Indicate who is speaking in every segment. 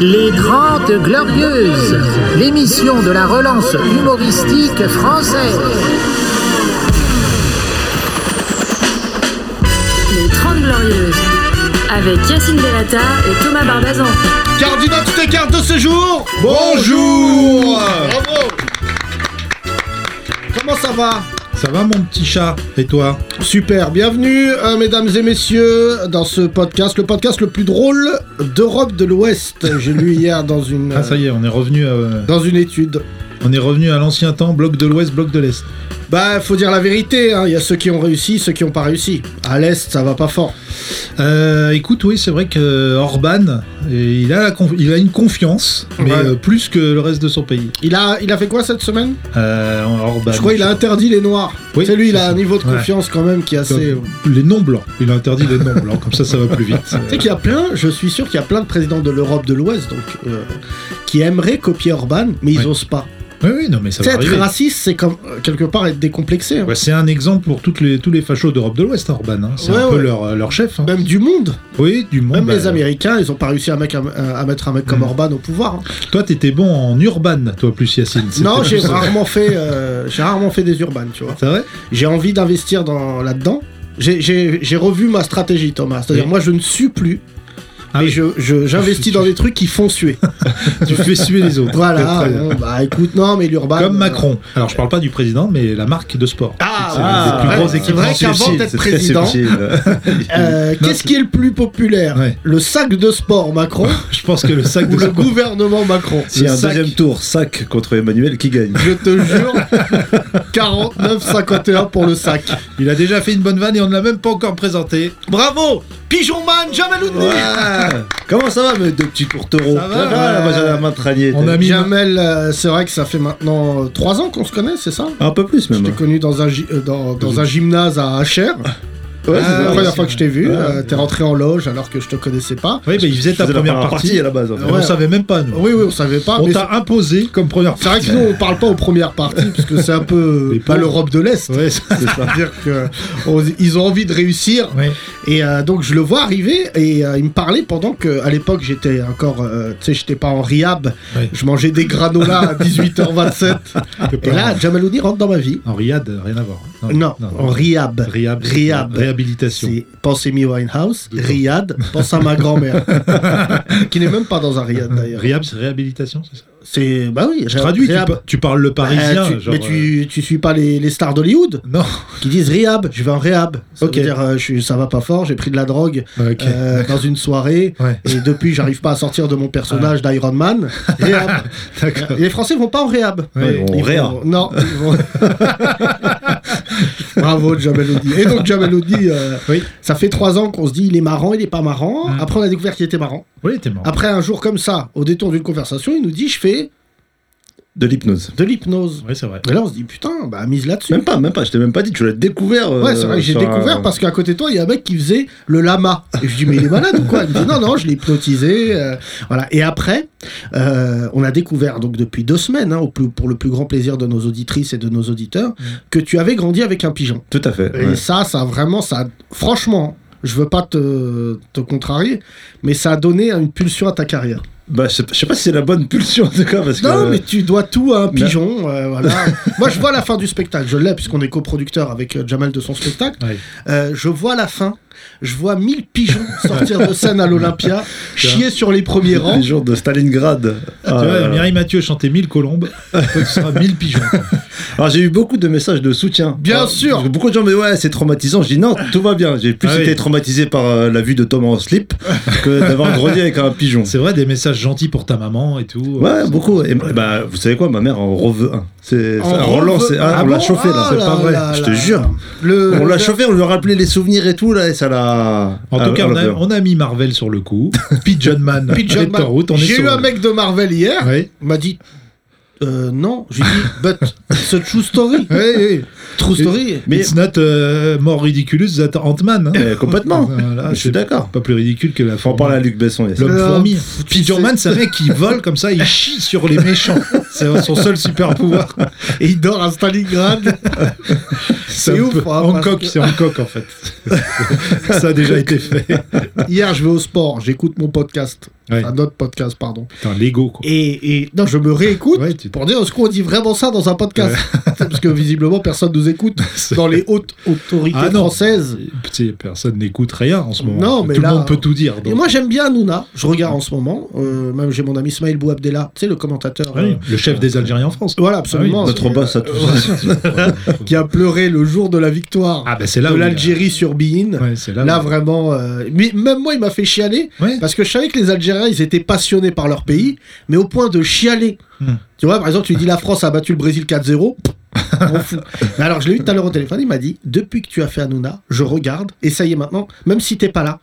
Speaker 1: Les Grandes Glorieuses, l'émission de la relance humoristique française.
Speaker 2: Les 30 Glorieuses, avec Yacine Delata et Thomas Barbazan.
Speaker 3: Carte d'identité, carte de séjour
Speaker 4: Bonjour
Speaker 3: Bravo Comment ça va
Speaker 4: Ça va mon petit chat Et toi
Speaker 3: Super, bienvenue euh, mesdames et messieurs dans ce podcast, le podcast le plus drôle d'Europe de l'Ouest. J'ai lu hier dans une,
Speaker 4: Ah ça y est, on est revenu à,
Speaker 3: dans une étude.
Speaker 4: on est revenu à l'ancien temps, bloc de l'ouest, bloc de l'est.
Speaker 3: Bah, faut dire la vérité, hein, il y a ceux qui ont réussi, ceux qui n'ont pas réussi. À l'Est, ça va pas fort.
Speaker 4: Euh, écoute, oui, c'est vrai que euh, Orban, et il a, la conf- il a une confiance, mais
Speaker 3: Ouais.
Speaker 4: euh, plus que le reste de son pays.
Speaker 3: Il a, il a fait quoi cette semaine
Speaker 4: Euh, Orban.
Speaker 3: Je crois qu'il a interdit les Noirs.
Speaker 4: Oui,
Speaker 3: c'est lui, il
Speaker 4: c'est
Speaker 3: a un
Speaker 4: ça.
Speaker 3: niveau de
Speaker 4: Ouais.
Speaker 3: confiance quand même qui est assez...
Speaker 4: Les non blancs. Il a interdit les non blancs, comme ça, ça va plus vite.
Speaker 3: Tu sais qu'il y a plein, je suis sûr qu'il y a plein de présidents de l'Europe de l'Ouest donc euh, qui aimeraient copier Orban, mais ils
Speaker 4: Ouais.
Speaker 3: osent pas.
Speaker 4: Oui, oui, non, mais ça
Speaker 3: Tu sais,
Speaker 4: va
Speaker 3: être
Speaker 4: arriver.
Speaker 3: raciste, c'est comme euh, quelque part être décomplexé. hein.
Speaker 4: Ouais, c'est un exemple pour toutes les, tous les fachos d'Europe de l'Ouest, Orban. hein. C'est un
Speaker 3: Ouais,
Speaker 4: peu
Speaker 3: ouais.
Speaker 4: leur, euh, leur chef. hein.
Speaker 3: Même du monde,
Speaker 4: Oui, du monde.
Speaker 3: même
Speaker 4: bah,
Speaker 3: les Américains, ils ont pas réussi à, mec- à- à mettre un mec comme
Speaker 4: Hmm.
Speaker 3: Orban au pouvoir. hein.
Speaker 4: Toi, t'étais bon en urban, toi, plus Yacine. C'était
Speaker 3: Non,
Speaker 4: plus
Speaker 3: j'ai
Speaker 4: ça.
Speaker 3: rarement fait, euh, j'ai rarement fait des urbaines, tu vois.
Speaker 4: C'est vrai
Speaker 3: J'ai envie d'investir dans là-dedans. J'ai- J'ai j'ai revu ma stratégie, Thomas. C'est-à-dire,
Speaker 4: Oui.
Speaker 3: moi, je ne suis plus,
Speaker 4: Ah
Speaker 3: mais
Speaker 4: oui.
Speaker 3: je je- j'investis dans des trucs qui font suer.
Speaker 4: Tu fais suer les autres.
Speaker 3: voilà.
Speaker 4: Très bien.
Speaker 3: bon, bah écoute, non, mais l'urban.
Speaker 4: Comme
Speaker 3: euh,
Speaker 4: Macron. Alors, je parle pas du président, mais la marque de sport.
Speaker 3: Ah,
Speaker 5: C'est
Speaker 3: ah,
Speaker 5: l'un des plus
Speaker 3: ouais,
Speaker 5: gros
Speaker 3: c'est vrai
Speaker 5: équipements
Speaker 3: qu'avant
Speaker 5: subtils,
Speaker 3: d'être
Speaker 5: c'est très
Speaker 3: président,
Speaker 5: subtil.
Speaker 3: euh, qu'est-ce qui est le plus populaire
Speaker 4: Ouais.
Speaker 3: Le sac de sport Macron
Speaker 4: Je pense que le sac
Speaker 3: ou
Speaker 4: de
Speaker 3: le
Speaker 4: sport.
Speaker 3: gouvernement Macron
Speaker 5: S'il y a un
Speaker 4: sac.
Speaker 5: deuxième tour, sac contre Emmanuel, qui gagne
Speaker 3: Je te jure, 49,51 pour le sac.
Speaker 4: Il a déjà fait une bonne vanne et on ne l'a même pas encore présenté.
Speaker 3: Bravo Pigeonman, Jamel Oudni
Speaker 5: Comment ça va, mes deux petits
Speaker 3: Oh,
Speaker 5: tourtereaux
Speaker 4: Ça va,
Speaker 5: Ah,
Speaker 4: ouais.
Speaker 5: moi, j'avais la main traînée.
Speaker 4: On a mis
Speaker 3: Jamel, euh, c'est vrai que ça fait maintenant 3 ans qu'on se connaît, c'est ça
Speaker 5: Un peu plus,
Speaker 3: Je
Speaker 5: même.
Speaker 3: t'ai connu dans un, gy- euh, dans, dans un gymnase à HR.
Speaker 5: Ouais,
Speaker 3: C'est
Speaker 5: c'est
Speaker 3: la
Speaker 5: ça.
Speaker 3: première fois que je t'ai vu.
Speaker 5: Ouais.
Speaker 3: euh, T'es rentré en loge alors que je te connaissais pas.
Speaker 4: Oui, mais il faisait
Speaker 5: Je
Speaker 4: ta
Speaker 5: faisais la
Speaker 4: première partie.
Speaker 5: à la base. en fait.
Speaker 4: On
Speaker 3: Ouais.
Speaker 4: savait même pas, nous.
Speaker 3: Oui, oui, on savait pas.
Speaker 4: On
Speaker 3: mais
Speaker 4: t'a imposé comme première
Speaker 3: C'est vrai
Speaker 4: partie.
Speaker 3: que nous, on parle pas aux premières parties, parce que c'est un peu
Speaker 4: Les
Speaker 3: pas
Speaker 4: pauvres.
Speaker 3: l'Europe de l'Est.
Speaker 4: Ouais, ça-
Speaker 3: C'est-à-dire que on- ils ont envie de réussir.
Speaker 4: ouais.
Speaker 3: Et euh, donc, je le vois arriver et euh, il me parlait pendant que, à l'époque, j'étais encore, euh, tu sais, j'étais pas en riab.
Speaker 4: Ouais.
Speaker 3: Je mangeais des granolas à 18h27. et là, Jamalouni rentre dans ma vie.
Speaker 4: En riad, rien à voir.
Speaker 3: Non, en riab.
Speaker 4: Riab.
Speaker 3: Riab.
Speaker 4: Réhabilitation.
Speaker 3: C'est Pensez-mi Winehouse, Riyad, pense à ma grand-mère, qui n'est même pas dans un Riyad d'ailleurs.
Speaker 4: Riab, c'est réhabilitation, c'est ça
Speaker 3: C'est. Bah oui, j'ai-
Speaker 4: Traduit, tu,
Speaker 3: Riyab.
Speaker 4: pa- tu parles le parisien.
Speaker 3: Euh, tu-
Speaker 4: genre,
Speaker 3: mais tu, tu suis pas les, les stars d'Hollywood
Speaker 4: euh, Non.
Speaker 3: qui disent réhab, je vais en réhab. Ça
Speaker 4: Ok. Ah,
Speaker 3: veut dire euh, je suis- ça va pas fort, j'ai pris de la drogue
Speaker 4: Ok.
Speaker 3: euh, dans une soirée
Speaker 4: Ouais. Ah.
Speaker 3: et depuis j'arrive pas à sortir de mon personnage d'Iron Man. Réhab.
Speaker 4: D'accord.
Speaker 3: les Français vont pas en réhab.
Speaker 4: Ouais.
Speaker 5: On
Speaker 3: Ils
Speaker 5: réa.
Speaker 3: vont- Non. ils vont- Bravo Jamel Ouddi. Et donc Jamel Ouddi, euh,
Speaker 4: Oui.
Speaker 3: ça fait trois ans qu'on se dit il est marrant, il est pas marrant.
Speaker 4: Mm.
Speaker 3: Après on a découvert qu'il était marrant.
Speaker 4: Oui, t'es mort.
Speaker 3: Après un jour comme ça, au détour d'une conversation, il nous dit je fais
Speaker 5: De l'hypnose.
Speaker 3: de l'hypnose.
Speaker 4: Oui, c'est vrai.
Speaker 3: Et là on se dit putain, bah mise là-dessus.
Speaker 5: Même pas, même pas, je t'ai même pas dit, tu l'as découvert. euh,
Speaker 3: Ouais, c'est vrai que j'ai
Speaker 5: sur un-
Speaker 3: découvert parce qu'à côté de toi, il y a un mec qui faisait le lama. Et je dis, mais il est malade ou quoi Il me dit, non, non, je l'ai hypnotisé. euh, voilà. Et après, euh, on a découvert, donc depuis deux semaines, hein, au plus, pour le plus grand plaisir de nos auditrices et de nos auditeurs, que tu avais grandi avec un pigeon.
Speaker 5: Tout à fait.
Speaker 3: Et
Speaker 5: ouais.
Speaker 3: ça, ça a vraiment, ça, a- franchement, je veux pas te, te contrarier, mais ça a donné une pulsion à ta carrière.
Speaker 5: Bah, je sais pas- je sais pas si c'est la bonne pulsion en tout cas, parce
Speaker 3: Non,
Speaker 5: que.
Speaker 3: mais tu dois tout à un
Speaker 5: Non.
Speaker 3: pigeon. euh, voilà. Moi, je vois la fin du spectacle. Je l'ai, puisqu'on est coproducteur avec euh, Jamal de son spectacle.
Speaker 4: Ouais.
Speaker 3: Euh, je vois la fin. Je vois 1000 pigeons sortir de scène à l'Olympia, chier sur les premiers rangs.
Speaker 5: Les jours de Stalingrad. Ah,
Speaker 4: tu vois,
Speaker 5: là, là.
Speaker 4: Mireille Mathieu chantait 1000 colombes, toi tu seras 1000 pigeons.
Speaker 5: Alors j'ai eu beaucoup de messages de soutien.
Speaker 3: Bien
Speaker 5: Alors,
Speaker 3: sûr.
Speaker 5: parce que Beaucoup de gens me disent ouais c'est traumatisant. Je dis non tout va bien. J'ai plus
Speaker 4: Ah
Speaker 5: été
Speaker 4: oui.
Speaker 5: traumatisé par euh, la vue de Thomas en slip que d'avoir grandi avec un pigeon.
Speaker 4: C'est vrai, des messages gentils pour ta maman et tout. Euh,
Speaker 5: Ouais beaucoup. Et, bah vous savez quoi ma mère en reveut un. C'est
Speaker 3: En
Speaker 5: ça, Roland
Speaker 3: reveu-
Speaker 5: c'est un,
Speaker 3: Ah
Speaker 5: on l'a
Speaker 3: bon
Speaker 5: chauffé là.
Speaker 3: Ah
Speaker 5: C'est
Speaker 3: là
Speaker 5: pas vrai.
Speaker 3: là
Speaker 5: Je te
Speaker 3: là.
Speaker 5: jure.
Speaker 3: Le,
Speaker 5: On l'a
Speaker 3: le-
Speaker 5: chauffé, on lui a rappelé les souvenirs et tout là et ça l'a.
Speaker 4: En
Speaker 5: Ah,
Speaker 4: tout cas, on a,
Speaker 5: l'a fait.
Speaker 4: on a mis Marvel sur le coup. Pigeon Man,
Speaker 3: Pigeon Man.
Speaker 4: Route, on est
Speaker 3: J'ai
Speaker 4: sur
Speaker 3: eu un mec de Marvel hier.
Speaker 4: Ouais.
Speaker 3: Il m'a dit euh, non. J'ai dit but it's a true story. True story.
Speaker 4: Mais
Speaker 5: Mais-
Speaker 4: It's not euh, more ridiculous that Ant-Man. hein.
Speaker 5: Eh, complètement.
Speaker 4: Voilà,
Speaker 5: Je suis
Speaker 4: c'est
Speaker 5: d'accord.
Speaker 4: Pas plus ridicule que la
Speaker 5: Faut en
Speaker 4: forme.
Speaker 5: parler à Luc Besson. yes.
Speaker 4: L'homme
Speaker 3: Euh,
Speaker 4: fourmi.
Speaker 3: pff, tu
Speaker 4: Pigeon
Speaker 3: sais.
Speaker 4: Man, c'est un mec qui vole comme ça, il chie sur les méchants. C'est son seul super pouvoir.
Speaker 3: Et il dort à Stalingrad.
Speaker 4: Ça
Speaker 3: C'est ouf.
Speaker 4: peut-
Speaker 3: hein,
Speaker 4: Hancock,
Speaker 3: parce
Speaker 4: c'est Hancock en fait. ça a déjà été fait.
Speaker 3: que Hier, je vais au sport. J'écoute mon podcast.
Speaker 4: Ouais.
Speaker 3: Enfin, notre podcast, pardon.
Speaker 4: Putain, l'ego, quoi.
Speaker 3: Et, et- non, je me réécoute
Speaker 4: Ouais, tu-
Speaker 3: pour dire est-ce qu'on dit vraiment ça dans un podcast Parce que visiblement, personne nous écoute dans les hautes autorités
Speaker 4: Ah non.
Speaker 3: françaises.
Speaker 4: Petit, personne n'écoute rien en ce moment.
Speaker 3: Non, mais
Speaker 4: tout
Speaker 3: là-
Speaker 4: le monde peut tout dire.
Speaker 3: Et
Speaker 4: donc.
Speaker 3: moi, j'aime bien Nouna. Je regarde en ce moment. Euh, même j'ai mon ami Smaïl Bouabdella, tu sais, le commentateur.
Speaker 4: Ouais,
Speaker 3: euh,
Speaker 4: le chef des Algériens en France. Ah
Speaker 3: Voilà, absolument.
Speaker 5: Notre boss à tous.
Speaker 3: euh, qui a pleuré le jour de la victoire
Speaker 4: Ah, ben c'est là
Speaker 3: de
Speaker 4: où il a-
Speaker 3: l'Algérie sur Bein.
Speaker 4: Ouais, c'est là.
Speaker 3: Là,
Speaker 4: où-
Speaker 3: vraiment. euh, Mais même moi, il m'a fait chialer.
Speaker 4: Ouais.
Speaker 3: Parce que je savais que les Algériens, ils étaient passionnés par leur pays, mais au point de chialer.
Speaker 4: Hmm.
Speaker 3: Tu vois, par exemple, tu dis la France a battu le Brésil 4-0. on fout. mais alors, je l'ai eu tout à l'heure au téléphone, il m'a dit Depuis que tu as fait Hanouna, je regarde, et ça y est maintenant, même si t'es pas là,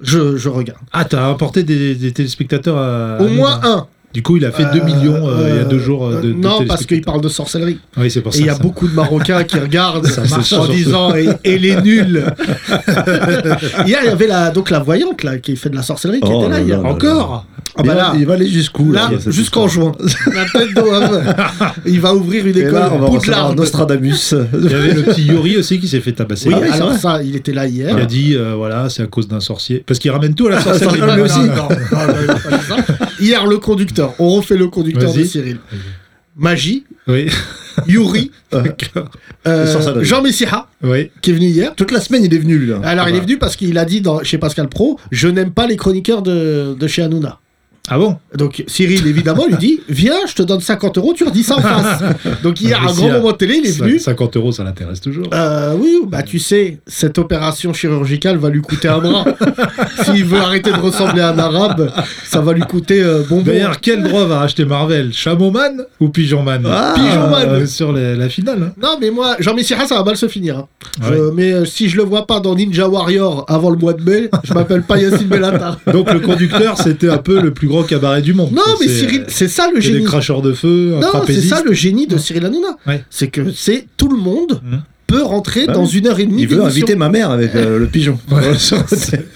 Speaker 3: je, je regarde.
Speaker 4: Ah, t'as apporté des, des téléspectateurs à.
Speaker 3: au
Speaker 4: à
Speaker 3: moins
Speaker 4: Nîmes.
Speaker 3: un.
Speaker 4: Du coup, il a fait 2
Speaker 3: Euh,
Speaker 4: millions euh, il y a
Speaker 3: euh,
Speaker 4: deux jours. euh, de,
Speaker 3: euh,
Speaker 4: de
Speaker 3: non, parce qu'il
Speaker 4: téléspectateurs.
Speaker 3: parle de sorcellerie.
Speaker 4: Oui, c'est pour ça.
Speaker 3: Et il y a
Speaker 4: ça.
Speaker 3: beaucoup de Marocains qui regardent
Speaker 4: marche,
Speaker 3: en
Speaker 4: surtout.
Speaker 3: disant et, et les nuls. Hier, il y avait la, donc la voyante là, qui fait de la sorcellerie qui
Speaker 5: Oh
Speaker 3: était là
Speaker 5: là
Speaker 3: hier.
Speaker 5: là là
Speaker 3: Encore
Speaker 5: Il
Speaker 3: bah
Speaker 5: va-
Speaker 3: là.
Speaker 5: il va aller jusqu'où
Speaker 3: Là,
Speaker 5: cette
Speaker 3: jusqu'en
Speaker 5: histoire
Speaker 3: juin. La tête hein. d'Oham. Il va ouvrir une
Speaker 5: Et
Speaker 3: école
Speaker 5: là, on va recevoir
Speaker 3: Poudlard.
Speaker 5: Nostradamus.
Speaker 4: Il y avait le petit Yuri aussi qui s'est fait tabasser.
Speaker 3: Oui,
Speaker 4: Ah,
Speaker 3: alors ça, il était là hier.
Speaker 4: Il a dit, euh, voilà, c'est à cause d'un sorcier. Parce qu'il ramène tout à la
Speaker 3: Non,
Speaker 4: sorcellerie.
Speaker 3: non, non, non, non, non, pas ça. Hier, le conducteur. On refait le conducteur de
Speaker 4: Vas-y.
Speaker 3: Cyril. Magie,
Speaker 4: Oui.
Speaker 3: Yuri,
Speaker 4: D'accord.
Speaker 3: euh,
Speaker 5: Et sorcellerie.
Speaker 3: Jean Messiha,
Speaker 4: Oui.
Speaker 3: qui est venu hier.
Speaker 5: Toute la semaine, il est venu, lui. là.
Speaker 3: Alors,
Speaker 4: Ah
Speaker 3: il est
Speaker 4: bah.
Speaker 3: venu parce qu'il a dit dans, chez Pascal Pro Je n'aime pas les chroniqueurs de, de chez Hanouna.
Speaker 4: Ah bon
Speaker 3: Donc, Cyril, évidemment, lui dit Viens, je te donne 50 euros, tu redis ça en face. Donc, hier,
Speaker 4: Mais
Speaker 3: un
Speaker 4: si,
Speaker 3: grand
Speaker 4: là,
Speaker 3: moment de télé, il est
Speaker 4: Ça-
Speaker 3: venu.
Speaker 4: 50 bah, euros, ça l'intéresse toujours.
Speaker 3: Euh, oui, bah tu sais, cette opération chirurgicale va lui coûter un bras. S'il veut arrêter de ressembler à un arabe, ça va lui coûter euh, bonbon.
Speaker 4: D'ailleurs, quel droit va racheter Marvel Chameauman ou Pigeonman
Speaker 5: Ah,
Speaker 4: Pigeonman euh, Sur la, la finale. hein.
Speaker 3: Non, mais moi, jean Messiha, ça va mal se finir. hein.
Speaker 4: Ah
Speaker 3: Je- Mais euh, si je le vois pas dans Ninja Warrior avant le mois de mai, je m'appelle pas Yacine Bellatar.
Speaker 4: Donc le conducteur, c'était un peu le plus grand cabaret du monde.
Speaker 3: Non,
Speaker 4: quoi.
Speaker 3: mais
Speaker 4: C'est- euh,
Speaker 3: Cyril, c'est ça le
Speaker 4: c'est des
Speaker 3: génie.
Speaker 4: cracheurs de feu, un
Speaker 3: Non, c'est
Speaker 4: trapéziste.
Speaker 3: ça le génie de Cyril Hanouna.
Speaker 4: Ouais.
Speaker 3: C'est que c'est tout le monde
Speaker 4: Mhm.
Speaker 3: peut rentrer
Speaker 5: Bah
Speaker 3: dans
Speaker 5: oui.
Speaker 3: une heure et demie.
Speaker 5: Il veut
Speaker 3: d'émission.
Speaker 5: inviter ma mère avec euh, le pigeon. Voilà, sur-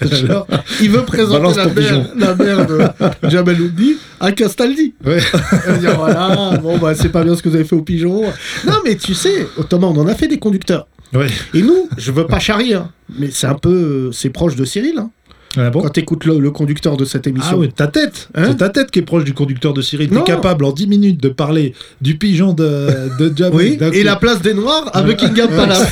Speaker 4: Genre,
Speaker 3: Il veut présenter
Speaker 5: Balance
Speaker 3: la
Speaker 5: ton
Speaker 3: mère, la mère de Jamaloudi à Castaldi.
Speaker 4: Ouais.
Speaker 3: Elle va dire, voilà, bon, bah, c'est pas bien ce que vous avez fait aux pigeons. Non, mais tu sais, Thomas, on en a fait des conducteurs.
Speaker 4: Ouais.
Speaker 3: Et nous, je veux pas charrier, hein, mais c'est un peu. euh, C'est proche de Cyril. Hein,
Speaker 4: Ah bon
Speaker 3: Quand t'écoutes le, le conducteur de cette émission.
Speaker 4: Ah ouais, ta tête
Speaker 3: Hein
Speaker 4: C'est ta tête qui est proche du conducteur de Cyril.
Speaker 3: Non.
Speaker 4: T'es capable en 10 minutes de parler du pigeon de, de Jamel.
Speaker 3: Oui,
Speaker 4: d'un
Speaker 3: et
Speaker 4: coup.
Speaker 3: la place des Noirs à Buckingham Palace.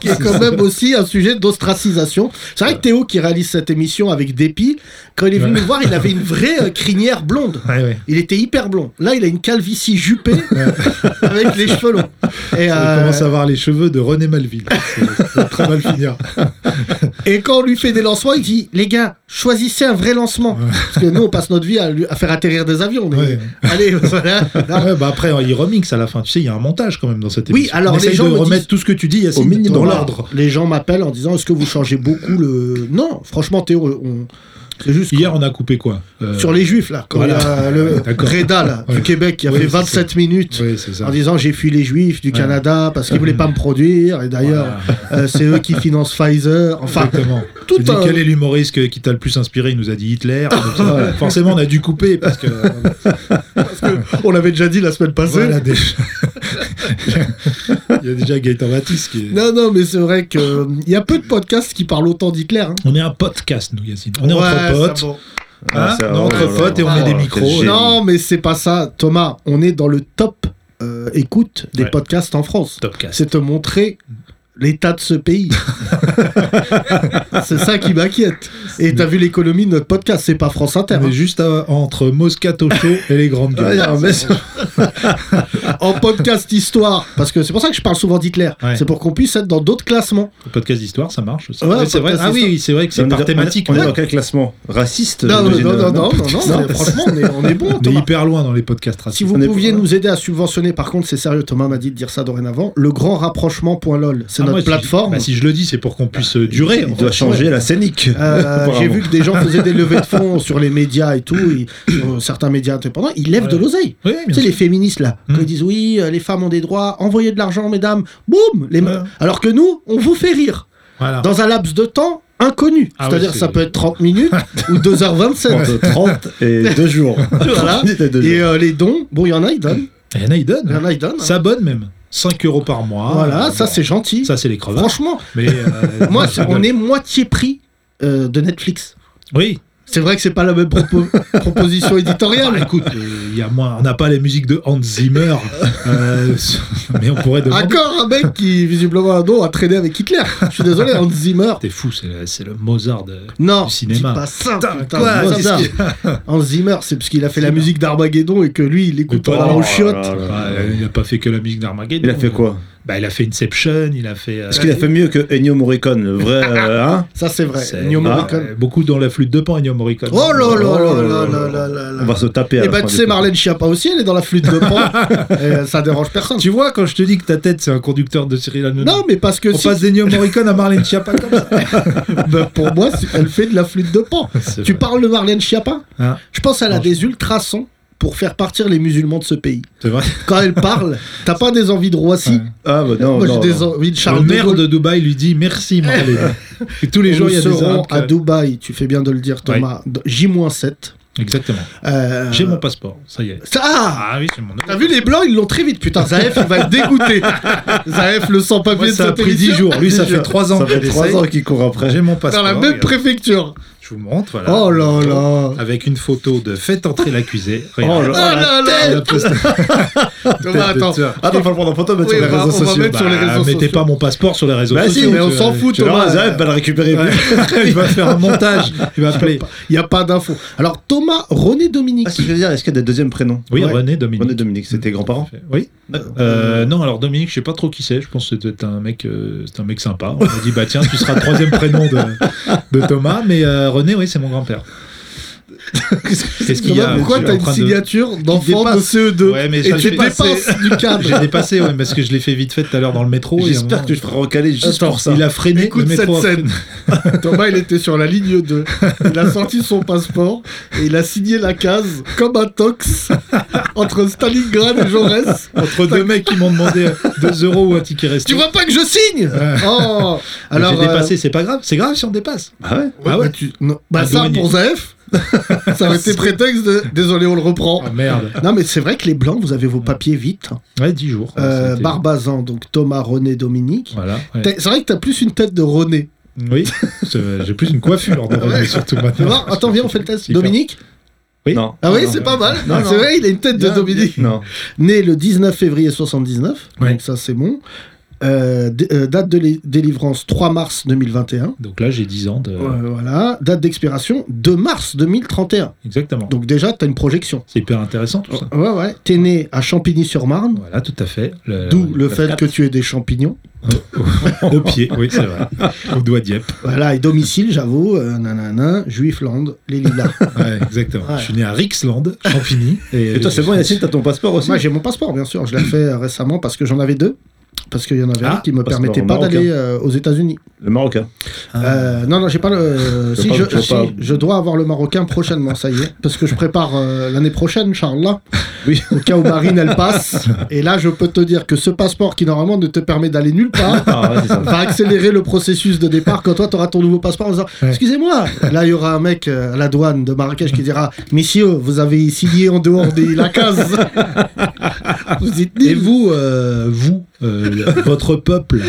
Speaker 3: qui est quand même aussi un sujet d'ostracisation. C'est vrai que Théo, qui réalise cette émission avec dépit, quand il est venu
Speaker 4: Ouais.
Speaker 3: nous voir, il avait une vraie euh, crinière blonde.
Speaker 4: Ouais, Ah ouais.
Speaker 3: Il était hyper blond. Là, il a une calvitie jupée avec les cheveux longs. Et,
Speaker 4: On
Speaker 3: euh,
Speaker 4: commence à avoir les cheveux de René Malville. C'est- ça va Très mal hein. finir.
Speaker 3: et quand on lui fait des lancements, il dit Les gars, choisissez un vrai lancement. Parce que nous, on passe notre vie à, lui- à faire atterrir des avions. mais-
Speaker 4: Ouais.
Speaker 3: Allez, voilà. Non.
Speaker 4: Ouais, bah après, il remixe à la fin. Tu sais, il y a un montage quand même dans cette
Speaker 3: Oui,
Speaker 4: émission.
Speaker 3: alors
Speaker 4: On
Speaker 3: les
Speaker 4: essaye
Speaker 3: gens
Speaker 4: de
Speaker 3: me
Speaker 4: remettre
Speaker 3: disent-
Speaker 4: tout ce que tu dis, Yacine,
Speaker 5: Au minimum.
Speaker 4: dans
Speaker 3: Voilà.
Speaker 4: l'ordre.
Speaker 3: Les gens m'appellent en disant Est-ce que vous changez beaucoup le. Non, franchement, Théo, on... c'est juste. que-
Speaker 4: Hier, on a coupé quoi Euh,
Speaker 3: Sur les juifs, là, quand
Speaker 4: voilà.
Speaker 3: il y a le
Speaker 4: D'accord.
Speaker 3: Reda, là, du
Speaker 4: Ouais.
Speaker 3: Québec, qui a
Speaker 4: Oui,
Speaker 3: fait
Speaker 4: c'est ça.
Speaker 3: 27 minutes
Speaker 4: Oui, c'est ça.
Speaker 3: en disant j'ai fui les juifs du Canada parce qu'ils voulaient pas me produire et d'ailleurs euh, c'est eux qui financent Pfizer enfin
Speaker 4: Exactement.
Speaker 3: tout
Speaker 4: Il dit,
Speaker 3: un-
Speaker 4: Quel est l'humoriste que- qui t'a le plus inspiré Il nous a dit Hitler. Donc, ça, Forcément, on a dû couper parce que.
Speaker 3: on l'avait déjà dit la semaine passée
Speaker 4: Voilà, déjà. il y a déjà Gaëtan Matisse qui est.
Speaker 3: non non mais c'est vrai que euh, il y a peu de podcasts qui parlent autant d'Hitler hein.
Speaker 4: On est un podcast, nous, Yacine. On est
Speaker 3: Ouais,
Speaker 4: entre potes.
Speaker 3: c'est bon.
Speaker 4: Hein
Speaker 5: Ah, ça-
Speaker 4: on est entre
Speaker 5: oh là
Speaker 4: potes
Speaker 5: là.
Speaker 4: et on met
Speaker 5: Oh,
Speaker 4: des
Speaker 5: quel
Speaker 4: micros.
Speaker 5: génie.
Speaker 3: non mais c'est pas ça Thomas on est dans le top euh, écoute des
Speaker 4: Ouais.
Speaker 3: podcasts en France
Speaker 4: Topcast.
Speaker 3: c'est te montrer l'état de ce pays. c'est ça qui m'inquiète. Et t'as vu l'économie de notre podcast, c'est pas France Inter.
Speaker 4: On
Speaker 3: hein.
Speaker 4: est juste à- entre Moscato Show et les grandes
Speaker 5: Ah, il
Speaker 4: gueules.
Speaker 5: y a un mec-
Speaker 3: En podcast histoire, parce que c'est pour ça que je parle souvent d'Hitler.
Speaker 4: Ouais.
Speaker 3: C'est pour qu'on puisse être dans d'autres classements.
Speaker 4: Le podcast d'histoire, ça marche aussi.
Speaker 3: Ouais,
Speaker 4: Ouais, c'est vrai.
Speaker 3: podcast
Speaker 4: Ah oui,
Speaker 3: d'histoire.
Speaker 4: oui, c'est vrai que c'est
Speaker 5: On est
Speaker 4: par
Speaker 5: dans-
Speaker 4: thématique.
Speaker 5: On est
Speaker 4: ouais.
Speaker 5: dans quel classement Raciste
Speaker 3: Non, non,
Speaker 5: j'imagine, euh,
Speaker 3: non, non, non, non,
Speaker 5: Non,
Speaker 3: non, franchement, on est, on est bon.
Speaker 4: On est
Speaker 3: Thomas.
Speaker 4: hyper loin dans les podcasts Ah, racistes.
Speaker 3: Si vous
Speaker 5: on est-
Speaker 3: pouviez nous aider à subventionner, par contre, c'est sérieux, Thomas m'a dit de dire ça dorénavant, le grand rapprochement.lol, c'est
Speaker 4: Ah, moi,
Speaker 3: notre
Speaker 4: si-
Speaker 3: plateforme.
Speaker 4: bah, si je le dis, c'est pour qu'on puisse euh, durer. en
Speaker 5: Il doit
Speaker 4: fait.
Speaker 5: changer la scénique.
Speaker 3: Euh,
Speaker 5: Apparemment.
Speaker 3: J'ai vu que des gens faisaient des levées de fonds sur les médias et tout, et, sur certains médias indépendants, ils lèvent
Speaker 4: Ouais.
Speaker 3: de l'oseille.
Speaker 4: Oui, oui, bien
Speaker 3: Tu sais,
Speaker 4: sûr.
Speaker 3: les féministes, là,
Speaker 4: Mm.
Speaker 3: qui disent oui, euh, les femmes ont des droits, envoyez de l'argent, mesdames, boum les ma-
Speaker 4: Ouais.
Speaker 3: Alors que nous, on vous fait rire
Speaker 4: Voilà.
Speaker 3: dans un laps de temps inconnu.
Speaker 4: Ah
Speaker 3: C'est-à-dire
Speaker 4: oui,
Speaker 3: que
Speaker 4: c'est-
Speaker 3: ça peut être 30 minutes ou 2h27.
Speaker 5: Entre 30 et 2 jours.
Speaker 3: Voilà.
Speaker 5: 30 et deux
Speaker 3: Et
Speaker 5: jours.
Speaker 3: euh, les dons, bon, il y en a, ils donnent.
Speaker 4: Il y en a, ils donnent.
Speaker 3: Il y en a, ils donnent. hein.
Speaker 4: S'abonnent même. 5 euros par mois.
Speaker 3: voilà,
Speaker 4: Euh,
Speaker 3: ça,
Speaker 4: bon.
Speaker 3: c'est gentil.
Speaker 4: Ça, c'est les crevards.
Speaker 3: Franchement,
Speaker 4: Mais. euh,
Speaker 3: moi, c'est- on
Speaker 4: rigole.
Speaker 3: est moitié prix euh, de Netflix.
Speaker 4: Oui.
Speaker 3: C'est vrai que c'est pas la même propo- proposition
Speaker 4: Ah,
Speaker 3: éditoriale.
Speaker 4: écoute, euh, il y a moins, on n'a pas les musiques de Hans Zimmer, euh, mais on
Speaker 3: Ah,
Speaker 4: pourrait demander.
Speaker 3: Encore un mec qui, visiblement, un nom a traîné avec Hitler. Je suis désolé, Hans Zimmer.
Speaker 4: T'es fou, c'est c'est le Mozart. de-
Speaker 3: Non,
Speaker 4: Du cinéma.
Speaker 3: dis pas ça.
Speaker 4: Putain,
Speaker 3: putain,
Speaker 4: quoi,
Speaker 3: Mozart.
Speaker 4: qu'est-ce qu'il
Speaker 3: Hans Zimmer, c'est parce qu'il a fait la
Speaker 4: Zimmer.
Speaker 3: musique d'Armageddon et que lui, il écoute
Speaker 4: Mais pas-
Speaker 3: en allant
Speaker 4: Oh
Speaker 3: aux
Speaker 4: là
Speaker 3: chiottes.
Speaker 5: Ah là là.
Speaker 4: Bah, il n'a pas fait que la musique d'Armageddon.
Speaker 5: Il a fait quoi
Speaker 4: bah, Il a fait Inception, il a fait. euh,
Speaker 5: Est-ce qu'il a fait mieux que Ennio Morricone, le vrai euh, hein
Speaker 3: Ça, c'est vrai.
Speaker 4: c'est-
Speaker 3: Ennio
Speaker 4: bah,
Speaker 3: Morricone.
Speaker 4: euh, Beaucoup dans la flûte de pan, Ennio Morricone.
Speaker 3: Oh là là là là
Speaker 5: Oh
Speaker 3: là
Speaker 5: là
Speaker 3: là là là.
Speaker 5: On va se taper. à
Speaker 3: Et
Speaker 5: la
Speaker 3: bah,
Speaker 5: fin
Speaker 3: tu
Speaker 5: du
Speaker 3: sais,
Speaker 5: truc.
Speaker 3: Marlène Schiappa aussi, elle est dans la flûte de pan. Et euh, ça dérange personne.
Speaker 4: Tu vois, quand je te dis que ta tête, c'est un conducteur de Cyril Hanouna.
Speaker 3: Non, mais parce que
Speaker 4: on
Speaker 3: si,
Speaker 4: passe d'Ennio Morricone à Marlène Schiappa comme ça.
Speaker 3: bah, pour moi, c'est- elle fait de la flûte de pan.
Speaker 4: C'est
Speaker 3: Tu
Speaker 4: vrai.
Speaker 3: parles de Marlène Schiappa
Speaker 4: Hein
Speaker 3: Je pense qu'elle a
Speaker 4: Non, je-
Speaker 3: des ultrasons pour faire partir les musulmans de ce pays.
Speaker 4: C'est vrai.
Speaker 3: Quand elle parle, t'as pas des envies de Roissy
Speaker 4: Ouais. Oh
Speaker 5: Ah bah non,
Speaker 3: Moi,
Speaker 5: non,
Speaker 3: j'ai des
Speaker 5: non.
Speaker 3: envies de
Speaker 4: Le
Speaker 3: Charles de
Speaker 4: maire
Speaker 3: Gaulle.
Speaker 4: de Eh. Dubaï lui dit merci, Marlène. Et tous les
Speaker 3: Nous
Speaker 4: jours, il y a des
Speaker 3: serons
Speaker 4: Arabes.
Speaker 3: à
Speaker 4: qui-
Speaker 3: Dubaï, tu fais bien de le dire, Thomas. de- J-7.
Speaker 4: Exactement.
Speaker 3: Euh,
Speaker 4: J'ai mon passeport, ça y est.
Speaker 3: ça- Ah
Speaker 4: Ah oui, c'est mon.
Speaker 3: T'as vu, les Blancs, ils l'ont très vite. Putain, Zaef, il va être dégoûté. Zaef, le
Speaker 4: Moi,
Speaker 3: sans-papier de
Speaker 4: ça a
Speaker 3: cette
Speaker 4: pris 10
Speaker 3: émission,
Speaker 4: jours. Lui, ça fait 3 ans
Speaker 5: Ça
Speaker 4: qu'il
Speaker 5: fait trois
Speaker 4: essaye.
Speaker 5: ans qu'il court après.
Speaker 4: J'ai mon passeport.
Speaker 3: Dans la même
Speaker 4: regarde. Ah,
Speaker 3: préfecture.
Speaker 4: Je vous montre, voilà.
Speaker 3: Oh là là.
Speaker 4: Avec une photo de Faites entrer l'accusé. Regarde.
Speaker 5: Oh là
Speaker 3: Oh là là.
Speaker 4: La poste-
Speaker 3: Thomas,
Speaker 4: tête de
Speaker 3: attends.
Speaker 4: tueur.
Speaker 5: Attends, faut le prendre en photo, mettre
Speaker 3: Oui,
Speaker 5: sur les
Speaker 3: on va-
Speaker 5: réseaux
Speaker 3: on va
Speaker 5: sociaux.
Speaker 3: mettre sur les
Speaker 4: Bah,
Speaker 3: réseaux
Speaker 4: mettez
Speaker 3: sociaux.
Speaker 4: pas mon passeport sur les réseaux
Speaker 5: Bah si,
Speaker 4: sociaux.
Speaker 3: mais on
Speaker 4: tu-
Speaker 3: s'en fout,
Speaker 5: Tu verras,
Speaker 3: Thomas.
Speaker 5: Zaheb va le récupérer.
Speaker 4: Ouais. il va faire un montage. Il va appeler.
Speaker 3: Il n'y a pas d'infos. Alors, Thomas, René Dominique.
Speaker 5: Ah, ce que je veux dire, est-ce qu'il y a des deuxièmes prénoms
Speaker 4: Oui,
Speaker 5: Ouais.
Speaker 4: René Dominique.
Speaker 5: René Dominique, c'est tes grands-parents
Speaker 4: Oui. Euh, non, alors Dominique, je sais pas trop qui c'est. Je pense que c'était un mec, euh, c'est un mec sympa. On m'a dit bah tiens, tu seras le troisième prénom de, de Thomas. Mais euh, René, oui, c'est mon grand-père. Qu'est-ce qu'il Ah, y
Speaker 3: Thomas,
Speaker 4: a
Speaker 3: pourquoi
Speaker 4: tu es
Speaker 3: t'as
Speaker 4: en
Speaker 3: une
Speaker 4: train de-
Speaker 3: signature d'enfant de
Speaker 5: dépasse.
Speaker 3: CE2
Speaker 4: Ouais, mais
Speaker 3: Et
Speaker 4: ça,
Speaker 3: tu
Speaker 4: j'ai dépassé.
Speaker 3: dépasses du
Speaker 4: J'ai
Speaker 3: cadre.
Speaker 4: dépassé, ouais, parce que je l'ai fait vite fait tout à l'heure dans le métro. et à un
Speaker 5: J'espère
Speaker 4: moment,
Speaker 5: que tu te feras recaler juste
Speaker 3: Attends,
Speaker 5: pour ça.
Speaker 4: Il a freiné
Speaker 3: Écoute
Speaker 4: le métro.
Speaker 3: cette
Speaker 4: a
Speaker 3: scène.
Speaker 4: freiné.
Speaker 3: Thomas, il était sur la ligne 2. Il a sorti son passeport et il a signé la case comme un tox entre Stalingrad et Jaurès.
Speaker 4: Entre deux mecs qui m'ont demandé 2 euros ou un ticket resto.
Speaker 3: Tu vois pas que je signe Oh
Speaker 4: Mais
Speaker 3: Alors,
Speaker 4: Bah, j'ai
Speaker 3: euh,
Speaker 4: dépassé, c'est pas grave. C'est grave si on dépasse.
Speaker 5: Ah ouais
Speaker 3: ouais,
Speaker 4: Ah ouais.
Speaker 3: bah, tu- non. Bah,
Speaker 4: Un
Speaker 3: ça,
Speaker 4: douanier.
Speaker 3: pour Zaef, ça aurait été prétexte de. Désolé, on le reprend.
Speaker 4: Oh merde.
Speaker 3: Non, mais c'est vrai que les Blancs, vous avez vos papiers vite.
Speaker 4: Ouais, 10 jours. Ouais,
Speaker 3: Euh,
Speaker 4: c'était-
Speaker 3: Barbazan, donc Thomas, René, Dominique.
Speaker 4: Voilà. ouais.
Speaker 3: T'as- C'est vrai que t'as plus une tête de René.
Speaker 4: Oui, c'est- j'ai plus une coiffure de René, surtout
Speaker 3: Tu
Speaker 4: maintenant.
Speaker 3: vois Attends, viens, on fait le test.
Speaker 4: Hyper.
Speaker 3: Dominique
Speaker 4: Oui.
Speaker 5: Non.
Speaker 3: Ah oui,
Speaker 5: Non,
Speaker 3: c'est
Speaker 5: non.
Speaker 3: pas mal.
Speaker 5: Non, non.
Speaker 3: C'est vrai, il a une tête de
Speaker 4: Bien,
Speaker 3: Dominique.
Speaker 5: Non.
Speaker 3: Né le 19 février 79,
Speaker 4: Ouais.
Speaker 3: donc ça c'est bon. Euh, dé- euh, date de lé- délivrance 3 mars 2021.
Speaker 4: Donc là, j'ai 10 ans de.
Speaker 3: Euh, voilà. Date d'expiration 2 mars 2031.
Speaker 4: Exactement.
Speaker 3: Donc déjà, t'as une projection.
Speaker 4: C'est hyper intéressant tout ça.
Speaker 3: Ouais, ouais. T'es né à Champigny-sur-Marne,
Speaker 4: Voilà, tout à fait. Le-
Speaker 3: d'où le
Speaker 4: la-
Speaker 3: fait que tu aies des champignons.
Speaker 4: Au pied, oui, c'est vrai. Au doigt Dieppe.
Speaker 3: Voilà, et domicile, j'avoue, euh, nanana, Juifland, les Lilas.
Speaker 4: Ouais, exactement.
Speaker 3: Ouais.
Speaker 4: Je suis né à Rixland, Champigny.
Speaker 5: Et toi, c'est bon, Yacine, t'as ton passeport aussi
Speaker 3: Moi, j'ai mon passeport, bien sûr. Je l'ai fait euh, récemment parce que j'en avais deux. Parce qu'il y en avait
Speaker 4: Ah,
Speaker 3: un qui me
Speaker 5: passeport
Speaker 3: permettait pas
Speaker 5: marocain.
Speaker 3: d'aller euh, aux États-unis.
Speaker 5: Le Marocain.
Speaker 3: Euh, non, non, j'ai pas le. euh,
Speaker 5: Je
Speaker 3: si,
Speaker 5: veux
Speaker 3: je,
Speaker 5: pas- je veux
Speaker 3: si,
Speaker 5: pas-
Speaker 3: je dois avoir le marocain prochainement, ça y est, parce que je prépare euh, l'année prochaine, Charles. Là,
Speaker 5: Oui.
Speaker 3: au cas où Marine elle passe, et là, je peux te dire que ce passeport qui normalement ne te permet d'aller nulle part.
Speaker 5: Ah ouais, c'est ça.
Speaker 3: Va accélérer le processus de départ quand toi t'auras ton nouveau passeport en disant
Speaker 4: Ouais.
Speaker 3: Excusez-moi Là il y aura un mec euh, à la douane de Marrakech qui dira Messieurs, vous avez signé en dehors de la case Vous êtes
Speaker 4: Et
Speaker 3: nuls.
Speaker 4: vous, euh, vous, euh, votre peuple,